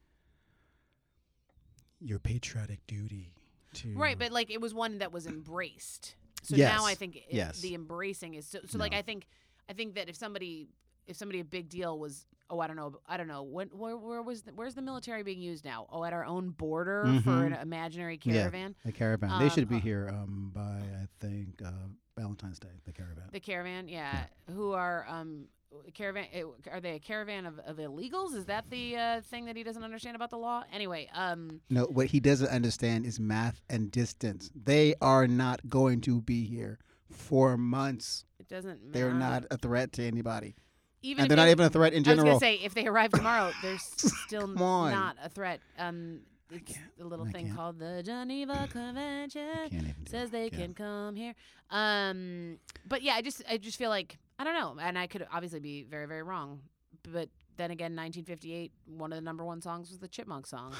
A: your patriotic duty to.
C: Right, but like it was one that was embraced. So now I
A: Yes,
C: think it,
A: yes.
C: the embracing is so, so like
A: No.
C: I think I think that if somebody if somebody a big deal was oh I don't know I don't know when where where was the, where's the military being used now oh at our own border for an
A: Mhm.
C: imaginary
A: Yeah.
C: caravan
A: The caravan. they should
C: Um,
A: be
C: uh,
A: here um, by I think uh, Valentine's Day. The caravan.
C: the caravan yeah who are um caravan eh, are they a caravan of, of illegals is that the uh, thing that he doesn't understand about the law anyway um
A: no, what he doesn't understand is math and distance. They are not going to be here for months.
C: it doesn't
A: They're
C: matter.
A: not a threat to anybody,
C: even
A: and
C: if
A: they're not
C: they-
A: even a threat in
C: I
A: general.
C: was gonna say if they arrive tomorrow, there's still
A: Come on.
C: not a threat. Um, it's
A: can't.
C: a little
A: I
C: thing
A: can't.
C: called the Geneva
A: I
C: Convention
A: can't even do
C: says
A: it.
C: they
A: Yeah.
C: can come here. Um, but yeah, I just I just feel like I don't know, and I could obviously be very very wrong, but then again, 1958, one of the number one songs was the Chipmunk song,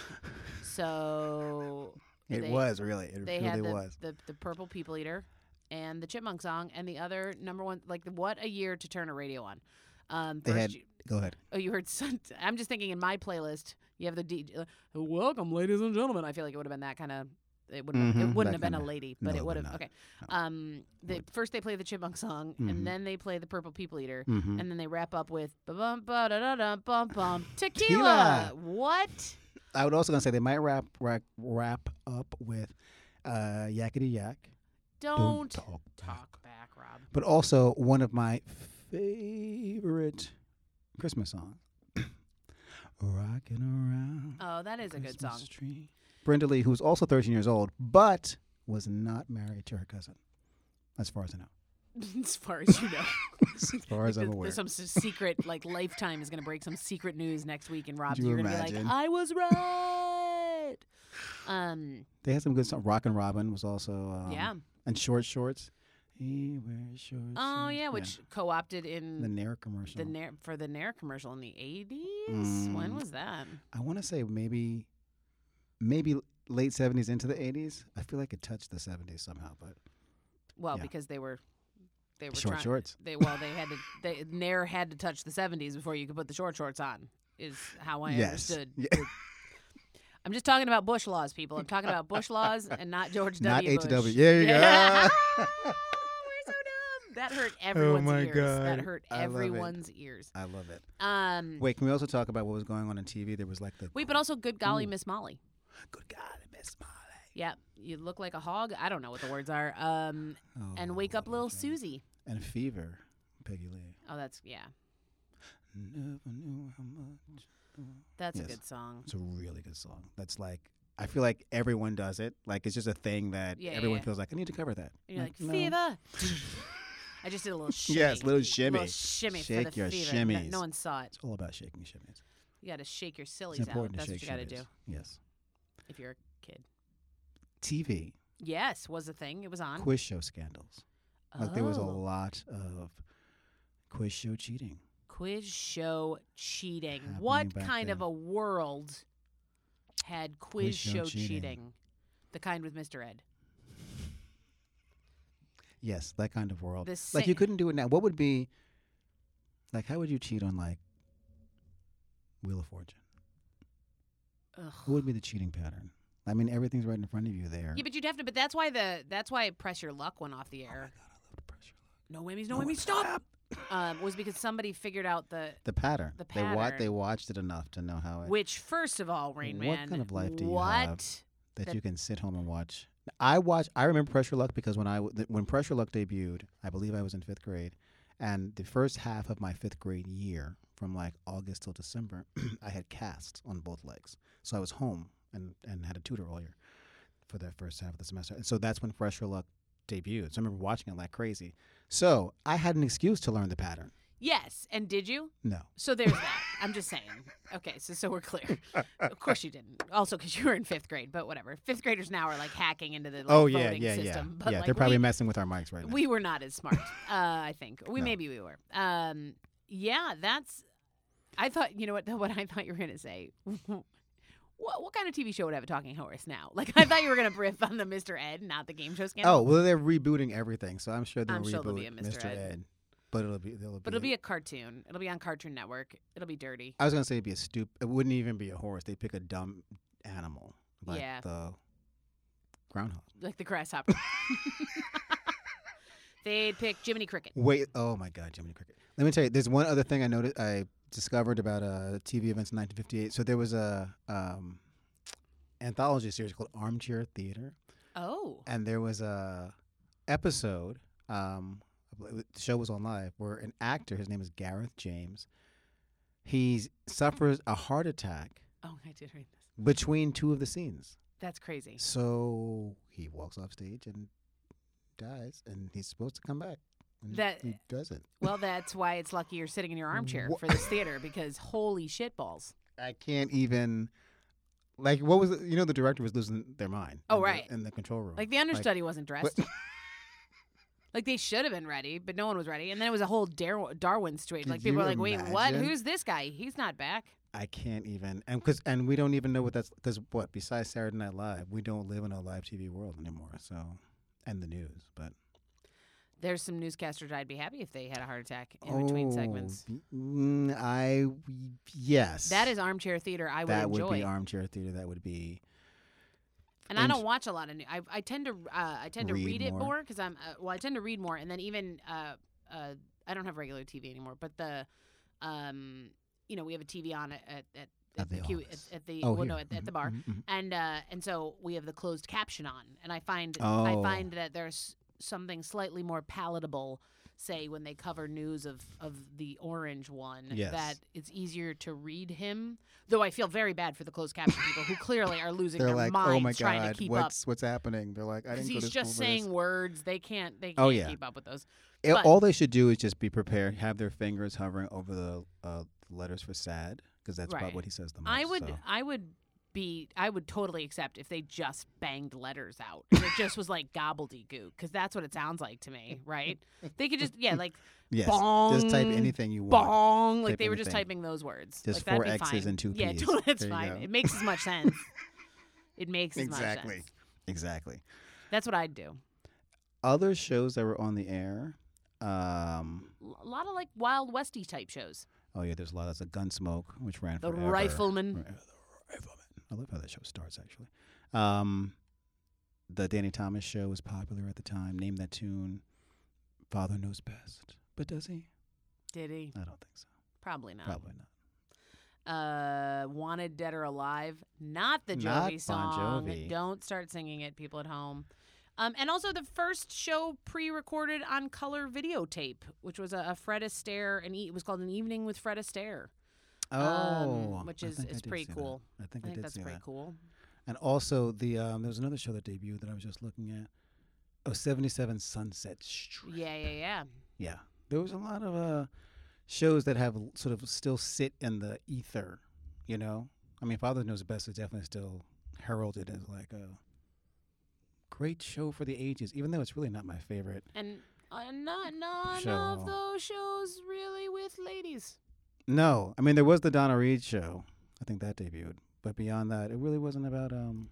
C: so
A: It
C: they-
A: was really. It
C: they
A: really
C: had the,
A: was.
C: the the Purple People Eater and the Chipmunk song, and the other number one like what a year to turn a radio on. Um,
A: They
C: first
A: had-
C: you-
A: Go ahead.
C: Oh, you heard Sun. I'm just thinking in my playlist, you have the DJ. uh, Welcome, ladies and gentlemen. I feel like it would have been that kind of. It wouldn't. have
A: Mhm,
C: it
A: that
C: wouldn't have been a
A: kinda-
C: lady, but
A: no, it
C: it
A: would
C: would have.
A: not.
C: Okay.
A: No.
C: Um. They, first they play the Chipmunk song,
A: Mhm.
C: and then they play the Purple People Eater,
A: Mm-hmm.
C: and then they wrap up with ba bum ba da da da bum bum
A: Tequila.
C: tequila. What?
A: I would also gonna say they might wrap wrap, wrap up with uh, yakety yak.
C: Don't,
A: talk back.
C: talk back, Rob.
A: But also one of my favorite Christmas songs. Rocking around.
C: Oh, that is a good
A: Christmas
C: song.
A: Tree. Brenda Lee, who's also 13 years old, but was not married to her cousin, as far as I know.
C: as far as you know,
A: As far as I'm
C: There's-
A: aware.
C: there's some s- secret. Like Lifetime is going to break some secret news next week, and Rob,
A: you
C: you're going to be like,
A: imagine?
C: "I was right." Um.
A: They had some good songs. Rock and Robin was also. Um,
C: yeah.
A: And Short Shorts. He wears short
C: Oh
A: shorts.
C: yeah, which co-opted in
A: The
C: the,
A: Nair commercial.
C: Nair for the Nair commercial in the 80s.
A: Mm.
C: When was that?
A: I want to say maybe, maybe late 70s into the 80s. I feel like it touched the 70s somehow, but
C: Well,
A: Yeah.
C: because they were they were
A: short
C: trying,
A: shorts.
C: They well, they had to they, Nair had to touch the 70s before you could put the short shorts on. Is how Oh, I
A: Yes.
C: understood.
A: Yeah.
C: the- I'm just talking about Bush laws, people. I'm talking about Bush laws and not George
A: Not
C: W.
A: H
C: Bush.
A: W. Yeah, yeah.
C: We're so dumb. That hurt everyone's
A: Oh my
C: ears. That
A: God.
C: hurt
A: I love it.
C: everyone's ears.
A: I love it.
C: Um,
A: Wait, can we also talk about what was going on on TV? There was like the
C: wait, but also, good golly,
A: Ooh.
C: Miss Molly.
A: good God, Miss Molly.
C: Yeah, you look like a hog. I don't know what the words are. Um,
A: Oh,
C: and wake up,
A: what
C: little
A: was that?
C: Susie.
A: And Fever, Peggy Lee.
C: Oh, that's yeah,
A: Never knew how much.
C: that's
A: Yes.
C: a good song.
A: It's a really good song. That's like I feel like everyone does it. Like it's just a thing that
C: Yeah, yeah,
A: everyone
C: yeah.
A: feels like I need to cover that.
C: And you're like
A: no.
C: fever. I just did a little shimmy.
A: Yes, little shimmy.
C: Little shimmy for
A: Shake
C: the
A: your
C: fever. No- No,
A: shimmies.
C: one saw it.
A: It's all about shaking shimmies.
C: You got to shake your
A: It's
C: sillies out.
A: important
C: That's
A: to
C: what
A: shake
C: you got to do
A: shimmies. Yes.
C: if you're a kid.
A: TV
C: Yes, was a thing. It was on.
A: quiz show scandals. Like there was a
C: Oh.
A: lot of quiz show cheating.
C: quiz show cheating.
A: Happening
C: What
A: back
C: kind of
A: then.
C: a world had quiz,
A: Quiz show
C: show
A: cheating.
C: cheating. The kind with Mr. Ed.
A: Yes, that kind of world.
C: The
A: like you
C: sa-
A: couldn't do it now. What would be like? How would you cheat on like Wheel of Fortune? What
C: Ugh.
A: would be the cheating pattern? I mean, everything's right in front of you there.
C: Yeah, but you'd have to. But that's why the that's why press your luck went off the
A: oh my God,
C: air.
A: I love the pressure.
C: No whammies, no whammies, stop. Um, was because somebody figured out the
A: The pattern.
C: The
A: They watched.
C: pattern.
A: They watched it enough to know how it
C: which first of all, Rain
A: What
C: Man.
A: kind of life do you
C: what?
A: have? that
C: that-
A: you can sit home and watch. I watch. I remember Pressure Luck because when I w- th- when Pressure Luck debuted, I believe I was in fifth grade, and the first half of my fifth grade year, from like August till December, I had casts on both legs, so I was home and and had a tutor all year for that first half of the semester, and so that's when Pressure Luck debuted. So I remember watching it like crazy. So I had an excuse to learn the pattern.
C: Yes, and did you?
A: No,
C: So there's that. I'm just saying. Okay, so so we're clear. Of course you didn't. Also, because you were in fifth grade, but whatever. Fifth graders now are like hacking into the like,
A: oh yeah,
C: voting
A: yeah, yeah,
C: system. But
A: yeah.
C: like,
A: they're probably
C: we,
A: messing with our mics right now.
C: we were not as smart. Uh, I think we
A: No.
C: maybe we were. Um, yeah, that's. I thought you know what what I thought you were gonna say. What, what kind of TV show would have a talking horse now? Like I thought you were gonna riff on the Mr. Ed, not the game show scandal.
A: Oh well, they're rebooting everything, so I'm sure they'll
C: I'm
A: reboot
C: sure there'll be a
A: Mr.
C: Mr.
A: Ed.
C: Ed.
A: but it'll be it'll
C: but
A: be.
C: it'll be a cartoon. It'll be on Cartoon Network. It'll be dirty.
A: I was gonna say it'd be a stoop. It wouldn't even be a horse. They pick a dumb animal, like
C: Yeah.
A: the groundhog.
C: like the grasshopper. They'd pick Jiminy Cricket.
A: Wait, oh my God, Jiminy Cricket. Let me tell you, there's one other thing I noticed. I discovered about uh, TV events in 1958. So there was a um, anthology series called Armchair Theater,
C: Oh.
A: and there was a episode. Um, I believe the show was on live where an actor, his name is Gareth James, he suffers a heart attack
C: Oh, I did read this.
A: between two of the scenes.
C: That's crazy.
A: So he walks off stage and dies, and he's supposed to come back. And
C: That- eh
A: he doesn't.
C: Well, that's why it's lucky you're sitting in your armchair
A: Wha-
C: for this theater because holy shit balls.
A: I can't even. Like, what was it? You know, the director was losing their mind.
C: Oh,
A: in the-
C: right.
A: in the control room.
C: Like the understudy wasn't dressed. like they should have been ready, but no one was ready. And then it was a whole Dar- Darwin situation.
A: Could
C: Like people
A: you
C: were like, "Wait, what?
A: imagine?
C: Who's this guy? He's not back."
A: I can't even, and because, and we don't even know what that's because what besides Saturday Night Live, we don't live in a live TV world anymore. So, and the news, but
C: There's some newscasters I'd be happy if they had a heart attack in
A: Oh.
C: between segments.
A: be- mm, I yes,
C: That is armchair theater I would
A: that would
C: enjoy.
A: be armchair theater. That would be
C: and I
A: and-
C: don't watch a lot of new. I, I tend to uh, I tend to
A: Read
C: read, it
A: more.
C: more because I'm uh, well I tend to read more and then even uh, uh, I don't have regular TV anymore but the um you know we have a TV on at at, at,
A: At the
C: Q,
A: office.
C: at, at the
A: oh
C: well,
A: here.
C: no at, at the
A: Mhm,
C: bar
A: mhm, mhm.
C: and uh, and so we have the closed caption on, and I find I
A: Oh.
C: find that there's something slightly more palatable. Say when they cover news of of the orange one,
A: Yes.
C: that it's easier to read him. Though I feel very bad for the closed caption people who clearly are losing
A: They're
C: their
A: like,
C: minds
A: oh my
C: trying
A: god,
C: to keep up.
A: what's what's happening? They're like, I
C: Because
A: didn't go to
C: he's just
A: school for this.
C: saying words, they can't they can't
A: Oh, yeah.
C: keep up with those.
A: It-
C: But-
A: all they should do is just be prepared, have their fingers hovering over the uh, letters for sad, because that's
C: Right.
A: probably what he says the most.
C: I would
A: so.
C: I would be I would totally accept if they just banged letters out. If it just was like gobbledygook because that's what it sounds like to me, right? They could just yeah like
A: yes, just type
C: bong,
A: anything you want.
C: bong like
A: Type
C: they were just
A: anything.
C: typing those words.
A: Just
C: like, that'd
A: four
C: be
A: X's
C: fine.
A: and two
C: Yeah,
A: Ps.
C: totally, it's
A: There you
C: fine.
A: go.
C: It makes as much sense. it makes as much
A: Exactly,
C: sense.
A: exactly.
C: That's what I'd do.
A: Other shows that were on the air. Um,
C: L- A lot of like Wild Westy type shows.
A: oh yeah, there's a lot. That's a Gunsmoke, which ran
C: The
A: forever.
C: Rifleman.
A: Right, the Rifleman. I love how that show starts actually. Um, the Danny Thomas show was popular at the time. Name that tune. Father knows best, but does he?
C: Did he?
A: I don't think so.
C: Probably not.
A: Probably not.
C: Uh, Wanted Dead or Alive, not the Jovi
A: Not Bon
C: song.
A: Jovi.
C: Don't start singing it, people at home. Um, and also the first show pre-recorded on color videotape, which was a, a Fred Astaire, and it was called "An Evening with Fred Astaire."
A: Oh,
C: Um, which
A: I
C: is-
A: think I
C: is
A: did
C: pretty
A: see that.
C: cool.
A: I think I,
C: I think
A: did
C: that's
A: see
C: pretty
A: that.
C: cool.
A: And also the um, there was another show that debuted that I was just looking at. Oh, 77 Sunset Strip.
C: Yeah, yeah, yeah.
A: Yeah. There was a lot of uh, shows that have l- sort of still sit in the ether, you know? I mean, Father Knows Best is definitely still heralded as like a great show for the ages, even though it's really not my favorite.
C: And uh, not, none
A: Show.
C: of those shows really with ladies.
A: No, I mean, there was the Donna Reed show. I think that debuted. But beyond that, it really wasn't about um,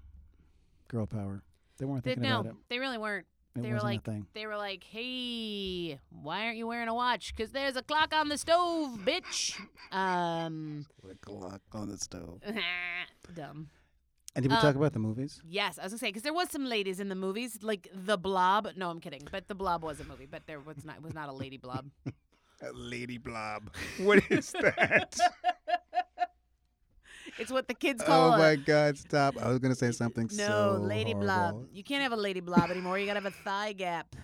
A: girl power. They weren't
C: They,
A: thinking
C: no,
A: about it.
C: they really weren't.
A: It
C: they were
A: wasn't
C: like-
A: a thing.
C: They were like, "Hey, why aren't you wearing a watch? Because there's a clock on the stove, bitch." Um,
A: With a clock on the stove.
C: dumb.
A: And did we
C: Uh,
A: talk about the movies?
C: Yes, I was gonna say because there was some ladies in the movies, like The Blob. No, I'm kidding. But The Blob was a movie, but there was not was not a lady blob.
A: Lady Blob. What is that?
C: It's what the kids call.
A: oh
C: a-
A: my God! Stop! I was gonna say something
C: no,
A: so
C: lady
A: horrible.
C: blob. You can't have a lady blob anymore. You gotta have a thigh gap.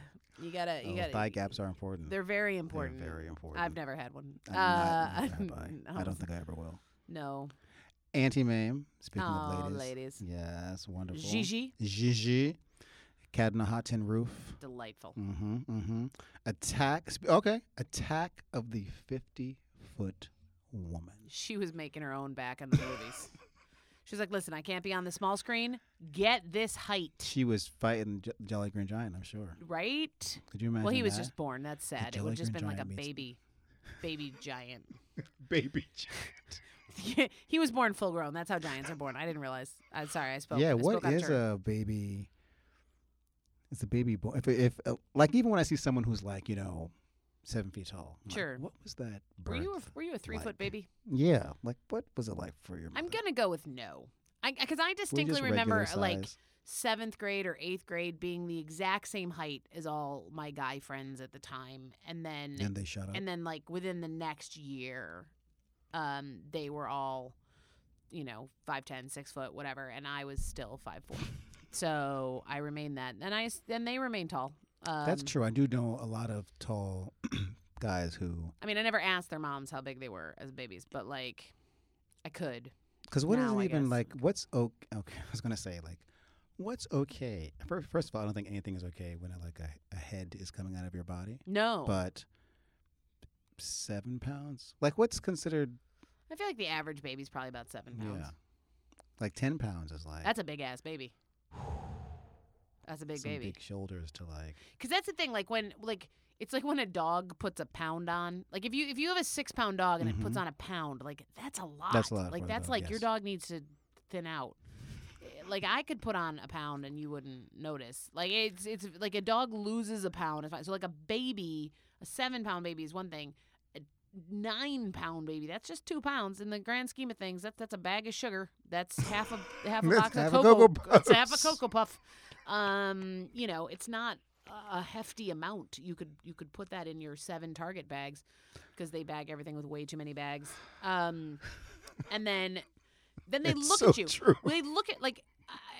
C: You gotta. You
A: Oh,
C: gotta.
A: thigh gaps are important.
C: They're very important.
A: Mm. very important.
C: I've never had one.
A: I'm not
C: Uh,
A: gonna buy. I
C: no.
A: don't think I ever will.
C: No.
A: Auntie Mame. Speaking
C: Aw,
A: of ladies.
C: ladies.
A: Yes, wonderful.
C: Gigi,
A: Gigi. Cat in a hot tin roof.
C: delightful.
A: Mm-hmm. Mm-hmm. Attack. sp- Okay. Attack of the fifty-foot woman.
C: She was making her own back on the movies. She was like, "Listen, I can't be on the small screen. Get this height,
A: She was fighting J- Jolly Green Giant. I'm sure.
C: right?"
A: Could you imagine?
C: Well, he was
A: that?
C: just born. That's sad. It would
A: Jelly
C: have just
A: Green
C: been like a
A: Giant meets-
C: baby, baby giant.
A: baby. Giant.
C: he was born full grown. That's how giants are born. I didn't realize. I'm sorry. I spoke.
A: yeah,
C: I
A: what
C: spoke out of
A: is
C: turn.
A: a baby? It's a baby boy. If, if uh, like even when I see someone who's like you know, seven feet tall. I'm like,
C: Sure.
A: what was that?
C: Were you
A: birth
C: a, were you a three
A: like?
C: foot baby?
A: Yeah. Like what was it like for your?
C: I'm
A: mother?
C: gonna go with no. I because I
A: Were you
C: distinctly
A: just
C: remember
A: regular
C: like
A: size?
C: seventh grade or eighth grade being the exact same height as all my guy friends at the time and then
A: And they shut up.
C: and then like within the next year um they were all you know five ten six foot whatever and i was still five four so i remained that and i s- and they remain tall um,
A: That's true. I do know a lot of tall guys who.
C: i mean i never asked their moms how big they were as babies but like i could
A: Because what is
C: Now,
A: it
C: I
A: even
C: guess.
A: like? What's okay? Okay, I was gonna say like, what's okay? Fir- First of all, I don't think anything is okay when like a, a head is coming out of your body.
C: no
A: But seven pounds, like what's considered
C: i feel like the average baby's probably about seven pounds
A: Yeah. like ten pounds is like
C: that's a big ass baby that's a big
A: some
C: baby
A: big shoulders to like.
C: because that's the thing like when like it's like when a dog puts a pound on like if you if you have a six pound dog and it puts
A: Mhm.
C: on a pound like that's a lot
A: That's a lot
C: like
A: for a
C: that's
A: dog,
C: like your
A: yes.
C: dog needs to thin out Eh, like i could put on a pound and you wouldn't notice like it's it's like a dog loses a pound it's fine. so like a baby a seven pound baby is one thing a nine pound baby that's just two pounds in the grand scheme of things that's that's a bag of sugar that's half a half a
A: That's
C: box
A: half
C: of
A: a
C: cocoa,
A: Cocoa
C: it's half a
A: Puffs.
C: cocoa puff um you know it's not a- a hefty amount you could you could put that in your seven target bags because they bag everything with way too many bags um and then then they
A: It's
C: look
A: so
C: at you
A: True.
C: they look at like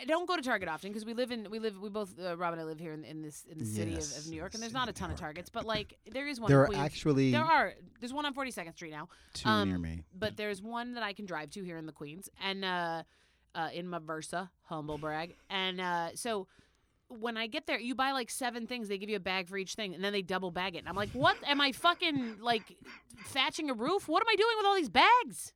C: I don't go to Target often because we live in we live we both uh, Rob and I live here in, in this in the city of,
A: Yes,
C: of New York
A: the
C: and there's
A: city
C: not a
A: of New
C: ton of
A: York.
C: Targets but like there is one
A: There
C: in
A: are
C: Queens.
A: actually
C: there are there's one on 42nd Street now
A: two near
C: um,
A: me.
C: but there's one that I can drive to here in the Queens and uh, uh, in my Versa, humble brag. And uh, so when I get there, you buy like seven things. They give you a bag for each thing, and then they double bag it. And I'm like, what am I fucking like thatching a roof? What am I doing with all these bags?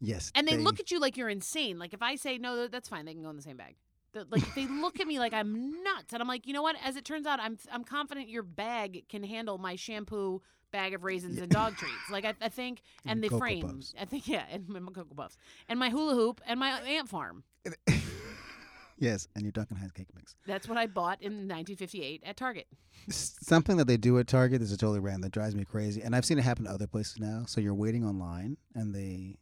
A: Yes,
C: And they, look at you like you're insane. Like if I say no, th- that's fine. They can go in the same bag. The- Like they look at me like I'm nuts, and I'm like, you know what? As it turns out, I'm I'm confident your bag can handle my shampoo bag of raisins and dog treats. Like I, I think,
A: And
C: and the
A: Cocoa
C: frame.
A: Puffs.
C: I think yeah, and my my cocoa puffs, and my hula hoop, and my ant farm.
A: yes, and your Duncan Hines cake mix.
C: That's what I bought in 1958 at Target.
A: S- something that they do at Target this is totally random that drives me crazy, and I've seen it happen to other places now. So you're waiting online, and they,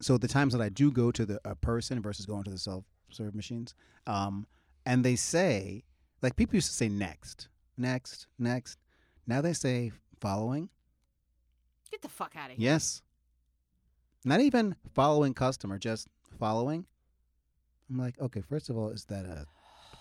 A: so the times that I do go to the a person versus going to the self serve machines, um, and they say like people used to say next, next, next. Now they say following.
C: Get the fuck out of here.
A: Yes. Not even following customer, just following. I'm like, okay, first of all, is that a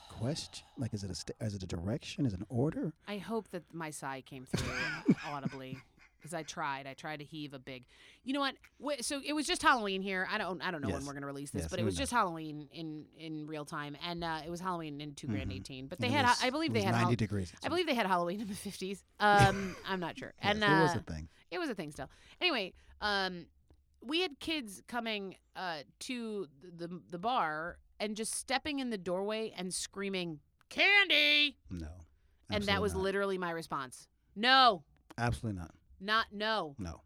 A: question? Like, is it a st- is it a direction? Is it an order?
C: I hope that my sigh came through audibly because I tried. I tried to heave a big. You know what? Wh- So it was just Halloween here. I don't. I don't know when
A: Yes.
C: we're going to release this,
A: Yes,
C: but it
A: who
C: was
A: knows?
C: just Halloween in in real time, and uh, it was Halloween in two grand
A: Mhm.
C: eighteen. But
A: And
C: they
A: it
C: had.
A: was-
C: I believe
A: it
C: they
A: was
C: had.
A: 90
C: Hall-
A: degrees. at
C: I
A: some-
C: believe they had Halloween in the fifties. Um, I'm not sure.
A: yes,
C: and
A: it was
C: uh,
A: a thing.
C: it was a thing still. Anyway, um, we had kids coming uh, to the the bar and just stepping in the doorway and screaming candy,
A: No.
C: and that
A: absolutely
C: was
A: not.
C: literally my response. No,
A: Absolutely not.
C: not no.
A: No.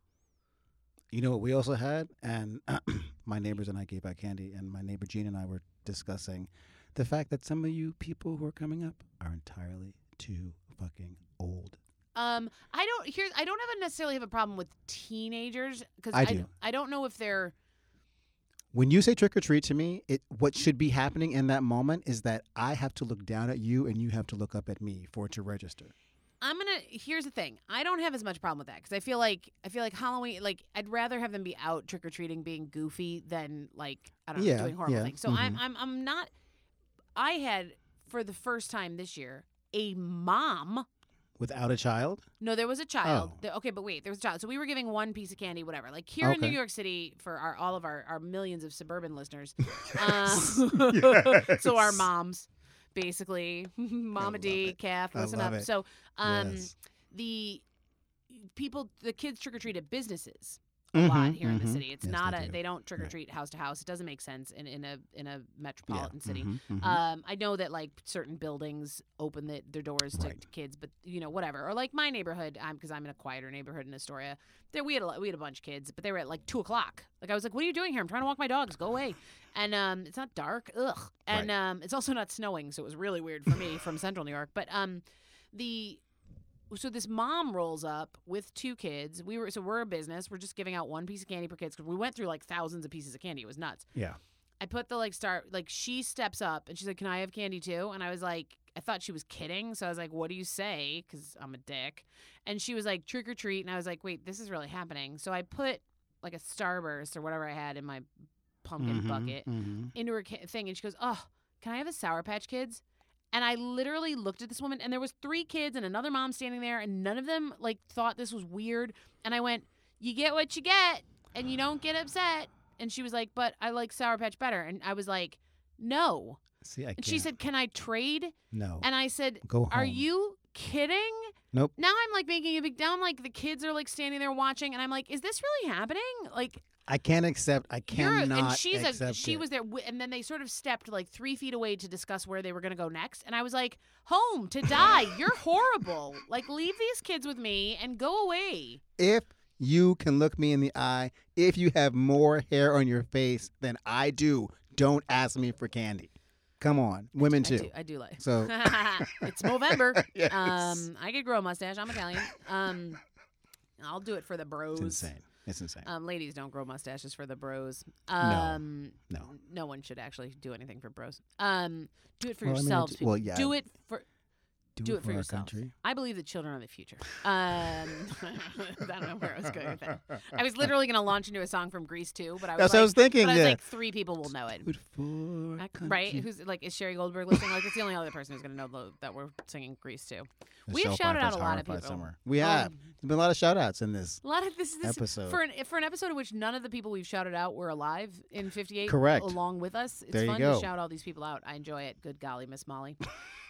A: You know what we also had, and my neighbors and I gave out candy, and my neighbor Gene and I were discussing the fact that some of you people who are coming up are entirely too fucking old.
C: Um, I don't here. I don't have a necessarily have a problem with teenagers because
A: I
C: I,
A: do.
C: I don't know if they're
A: When you say trick or treat to me, it what should be happening in that moment is that I have to look down at you and you have to look up at me for it to register.
C: I'm gonna. Here's the thing. I don't have as much problem with that because I feel like I feel like Halloween. Like I'd rather have them be out trick or treating, being goofy than like I don't know
A: Yeah,
C: doing horrible
A: yeah, mm-hmm.
C: things. So I'm I'm I'm not. I had for the first time this year a mom.
A: Without a child?
C: No, there was a child.
A: Oh.
C: The- okay, but wait, there was a child. So we were giving one piece of candy, whatever. Like here in New
A: Okay.
C: York City, for our all of our, our millions of suburban listeners. uh,
A: Yes.
C: so our moms, basically, Mama
A: love
C: D,
A: it.
C: calf,
A: I
C: listen
A: love
C: up.
A: it.
C: So um,
A: Yes.
C: the people, the kids trick or treat at businesses a lot
A: Mhm,
C: here in the
A: mhm.
C: city. It's
A: Yes,
C: not
A: they
C: a
A: do.
C: they don't trick or
A: Right.
C: treat house to house. It doesn't make sense in, in a in a
A: Yeah,
C: metropolitan city.
A: mhm, mhm.
C: Um, I know that like certain buildings open the, their doors to
A: Right.
C: kids, but you know whatever. Or like my neighborhood, I'm because I'm in a quieter neighborhood in Astoria. There we had a, lot- we had a bunch of kids, but they were at like two o'clock. Like I was like, "What are you doing here? I'm trying to walk my dogs. Go away." And um, it's not dark. Ugh. And um, it's also not snowing, so it was really weird for me from Central New York. But um, the so this mom rolls up with two kids. We were so we're a business. We're just giving out one piece of candy per kids because we went through like thousands of pieces of candy. It was nuts
A: yeah.
C: I put the like star like she steps up and she's like, "Can I have candy too?" And I was like, I thought she was kidding, so I was like, "What do you say?" Because I'm a dick. And she was like, "Trick or treat," and I was like, "Wait, this is really happening." So I put like a starburst or whatever I had in my pumpkin
A: Mhm,
C: bucket
A: mhm.
C: into her ki- thing, and she goes, "Oh, can I have a Sour Patch Kids?" And I literally looked at this woman, and there was three kids and another mom standing there, and none of them like thought this was weird. And I went, "You get what you get, and you don't get upset." And she was like, "But I like Sour Patch better," and I was like, "No."
A: See, I
C: And
A: can't.
C: she said, "Can I trade?"
A: no.
C: And I said,
A: Go home.
C: "Are you kidding?"
A: Nope.
C: Now I'm like making a big. Now I'm like the kids are like standing there watching, and I'm like, "Is this really happening?" Like
A: I can't accept. I
C: you're-
A: cannot
C: and she's
A: accept
C: a she
A: it.
C: was there wi- and then they sort of stepped like three feet away to discuss where they were going to go next and i was like home to die you're horrible like leave these kids with me and go away
A: If you can look me in the eye, if you have more hair on your face than I do, don't ask me for candy. Come on, women
C: i
A: too.
C: do i do like
A: So-
C: it's november
A: Yes.
C: um i could grow a mustache i'm italian um i'll do it for the bros
A: It's insane. It's insane.
C: um ladies don't grow mustaches for the bros um
A: no.
C: no one should actually do anything for bros um do it for
A: Well, I mean,
C: yourselves
A: d- well,
C: people.
A: yeah.
C: do it for
A: Do,
C: do
A: it,
C: it for
A: our
C: yourself.
A: country.
C: I believe that children are the future. Um, I don't know where I was going with that. I was literally going to launch into a song from Greece too, but I was
A: That's
C: like,
A: what I was thinking.
C: but I was
A: yeah.
C: like, three people will know it,
A: Do it for our
C: I- right?
A: country.
C: Who's like is Sherry Goldberg listening? Like it's the only other person who's going to know tho- that we're singing Greece too. We have
A: Michelle
C: shouted
A: Pfeiffer's
C: out a lot
A: Hard
C: of
A: Fight
C: people.
A: Summer. We have.
C: Um,
A: There's been a lot of shout outs in this.
C: A lot of this, this
A: Episode.
C: for an for an episode in which none of the people we've shouted out were alive in '58.
A: Correct.
C: Along with us, it's
A: There you
C: fun
A: go.
C: to shout all these people out. I enjoy it. Good golly, Miss Molly.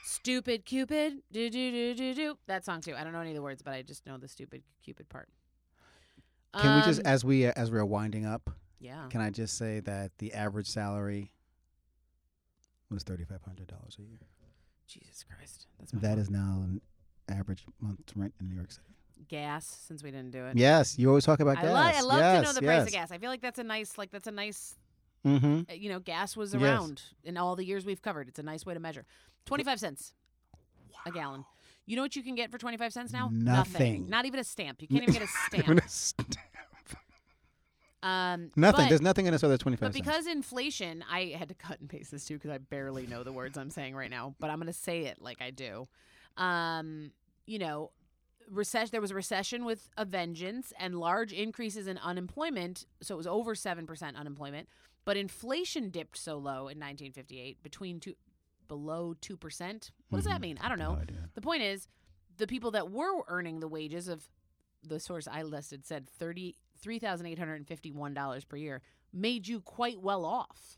C: stupid Cupid, do do do do do. That song too. I don't know any of the words, but I just know the stupid Cupid part.
A: Can we just,
C: Um,
A: as we uh, as we're winding up,
C: yeah.
A: can I just say that the average salary was thirty five hundred dollars a year.
C: Jesus Christ. That's my
A: That
C: fault.
A: is now an average month's rent in New York City.
C: gas. Since we didn't do it.
A: Yes, you always talk about
C: I,
A: gas.
C: lo- I love
A: yes,
C: to know the
A: yes.
C: price of gas. I feel like that's a nice, like that's a nice,
A: Mm-hmm.
C: uh, you know, gas was
A: Yes.
C: around in all the years we've covered. It's a nice way to measure. Twenty-five cents a gallon. You know what you can get for twenty-five cents now?
A: Nothing.
C: Not even a stamp. You can't even get a stamp. Um,
A: nothing.
C: but-
A: There's nothing in this other twenty five
C: But
A: cents.
C: because inflation, I had to cut and paste this too because I barely know the words I'm saying right now. But I'm going to say it like I do. Um, you know, recession. There was a recession with a vengeance and large increases in unemployment. So it was over seven percent unemployment. But inflation dipped so low in 1958, between two, below two percent. What does that
A: Mhm.
C: mean? I don't know.
A: No idea.
C: The point is, the people that were earning the wages of the source I listed said thirty three thousand eight hundred and fifty one dollars per year made you quite well off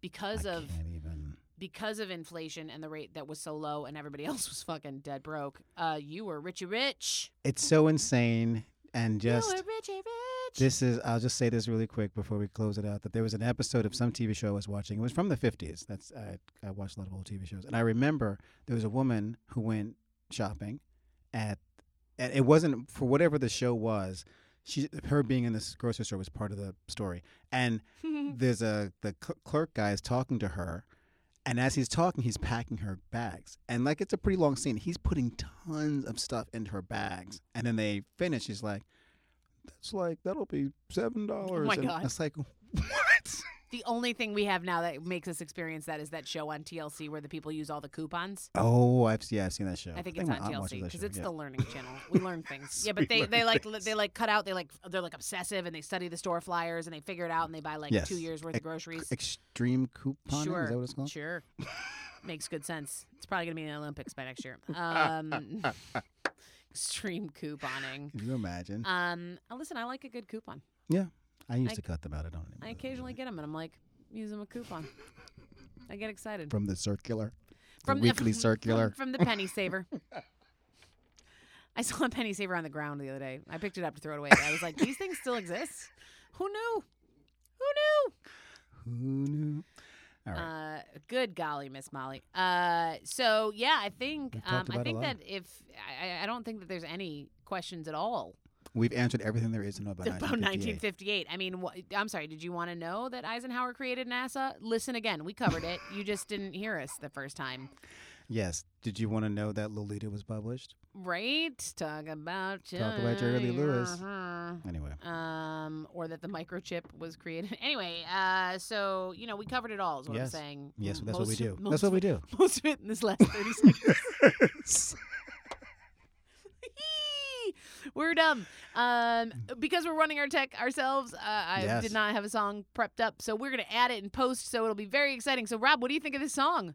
C: because
A: I
C: of
A: can't even.
C: because of inflation and the rate that was so low and everybody else was fucking dead broke. Uh, you were richy rich.
A: It's so insane and
C: you
A: just.
C: were richy rich.
A: This is. I'll just say this really quick before we close it out. That there was an episode of some TV show I was watching. It was from the fifties. That's I, I watched a lot of old TV shows, and I remember there was a woman who went shopping at. And it wasn't for whatever the show was. She her being in this grocery store was part of the story, and there's a the cl- clerk guy is talking to her, and as he's talking, he's packing her bags, and like it's a pretty long scene. He's putting tons of stuff into her bags, and then they finish. She's like, "That's like that'll be seven dollars."
C: my God.
A: It's like what?
C: the only thing we have now that makes us experience that is that show on TLC where the people use all the coupons.
A: Oh, I've yeah, I've seen that show.
C: I think it's
A: my
C: on
A: aunt watches
C: TLC
A: that
C: because
A: show,
C: it's
A: yeah.
C: the learning channel. We learn things. yeah, but
A: We
C: they, they
A: learn
C: like
A: things.
C: they like cut out. They like they're like obsessive and they study the store flyers and they figure it out and they buy like
A: Yes.
C: two years worth
A: Ex-
C: of groceries.
A: extreme coupon.
C: sure,
A: Is that what it's called?
C: sure, makes good sense. It's probably gonna be in the Olympics by next year. Um, extreme couponing.
A: Can you imagine?
C: Um, uh, listen, I like a good coupon.
A: I used
C: I-
A: to cut them out. I don't anymore.
C: I occasionally get them and I'm like, use them a coupon. I get excited
A: from the circular,
C: from
A: the weekly circular.
C: from, from the penny saver. I saw a penny saver on the ground the other day. I picked it up to throw it away. I was like, these things still exist. Who knew? Who
A: Who knew? All
C: knew?
A: right.
C: Uh, good golly, Miss Molly. Uh, so yeah, I think
A: We've
C: um,
A: talked
C: I
A: about a
C: think
A: lot.
C: that if I, I- I don't think that there's any questions at all
A: We've answered everything there is to know about,
C: about
A: 1958.
C: 1958. I mean, wha- I'm sorry. Did you want to know that Eisenhower created NASA? Listen again. We covered it. you just didn't hear us the first time.
A: Yes. Did you want to know that Lolita was published?
C: Right? Talk about
A: Talk about Jerry Lee Lewis.
C: Uh-huh.
A: Anyway.
C: Um, um, or that the microchip was created. Anyway, uh, so you know we covered it all. Is what
A: Yes.
C: I'm saying.
A: Yes,
C: M-
A: that's what we
C: Mm,
A: do.
C: most- Most,
A: That's what we do.
C: Most of it in this last thirty seconds.
A: Yes.
C: we're dumb. Um, because we're running our tech ourselves, uh, I
A: Mm. Yes.
C: did not have a song prepped up, so we're gonna add it in post. So it'll be very exciting. So Rob, what do you think of this song?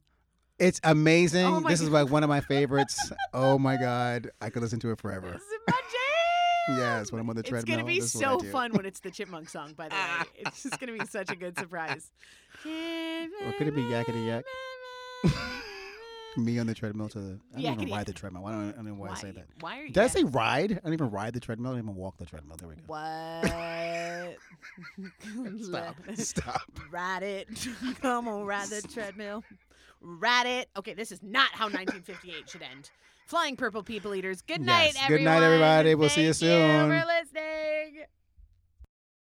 A: It's amazing.
C: Oh my
A: this is like one of my favorites. oh my god, I could listen to it forever.
C: This is my jam.
A: Yes, when I'm on the
C: It's
A: treadmill.
C: gonna be
A: this is what I
C: so
A: do.
C: fun when it's the Chipmunk song. By the way, it's just gonna be such a good surprise. Or
A: could it be Yakety Yak? Me on the treadmill to the. I don't even ride
C: Yakety yak.
A: the treadmill. I don't, I don't know why, I say that.
C: Why are you?
A: Did I say ride? I don't even ride the treadmill. I don't even walk the treadmill. There we go.
C: what?
A: Stop. Stop.
C: Ride it. Come on, ride the treadmill. Ride it. Okay, this is not how 1958 should end. Flying purple people eaters. Good night,
A: Yes. Good
C: everyone.
A: night, everybody. We'll see you
C: Thank
A: soon.
C: You for listening.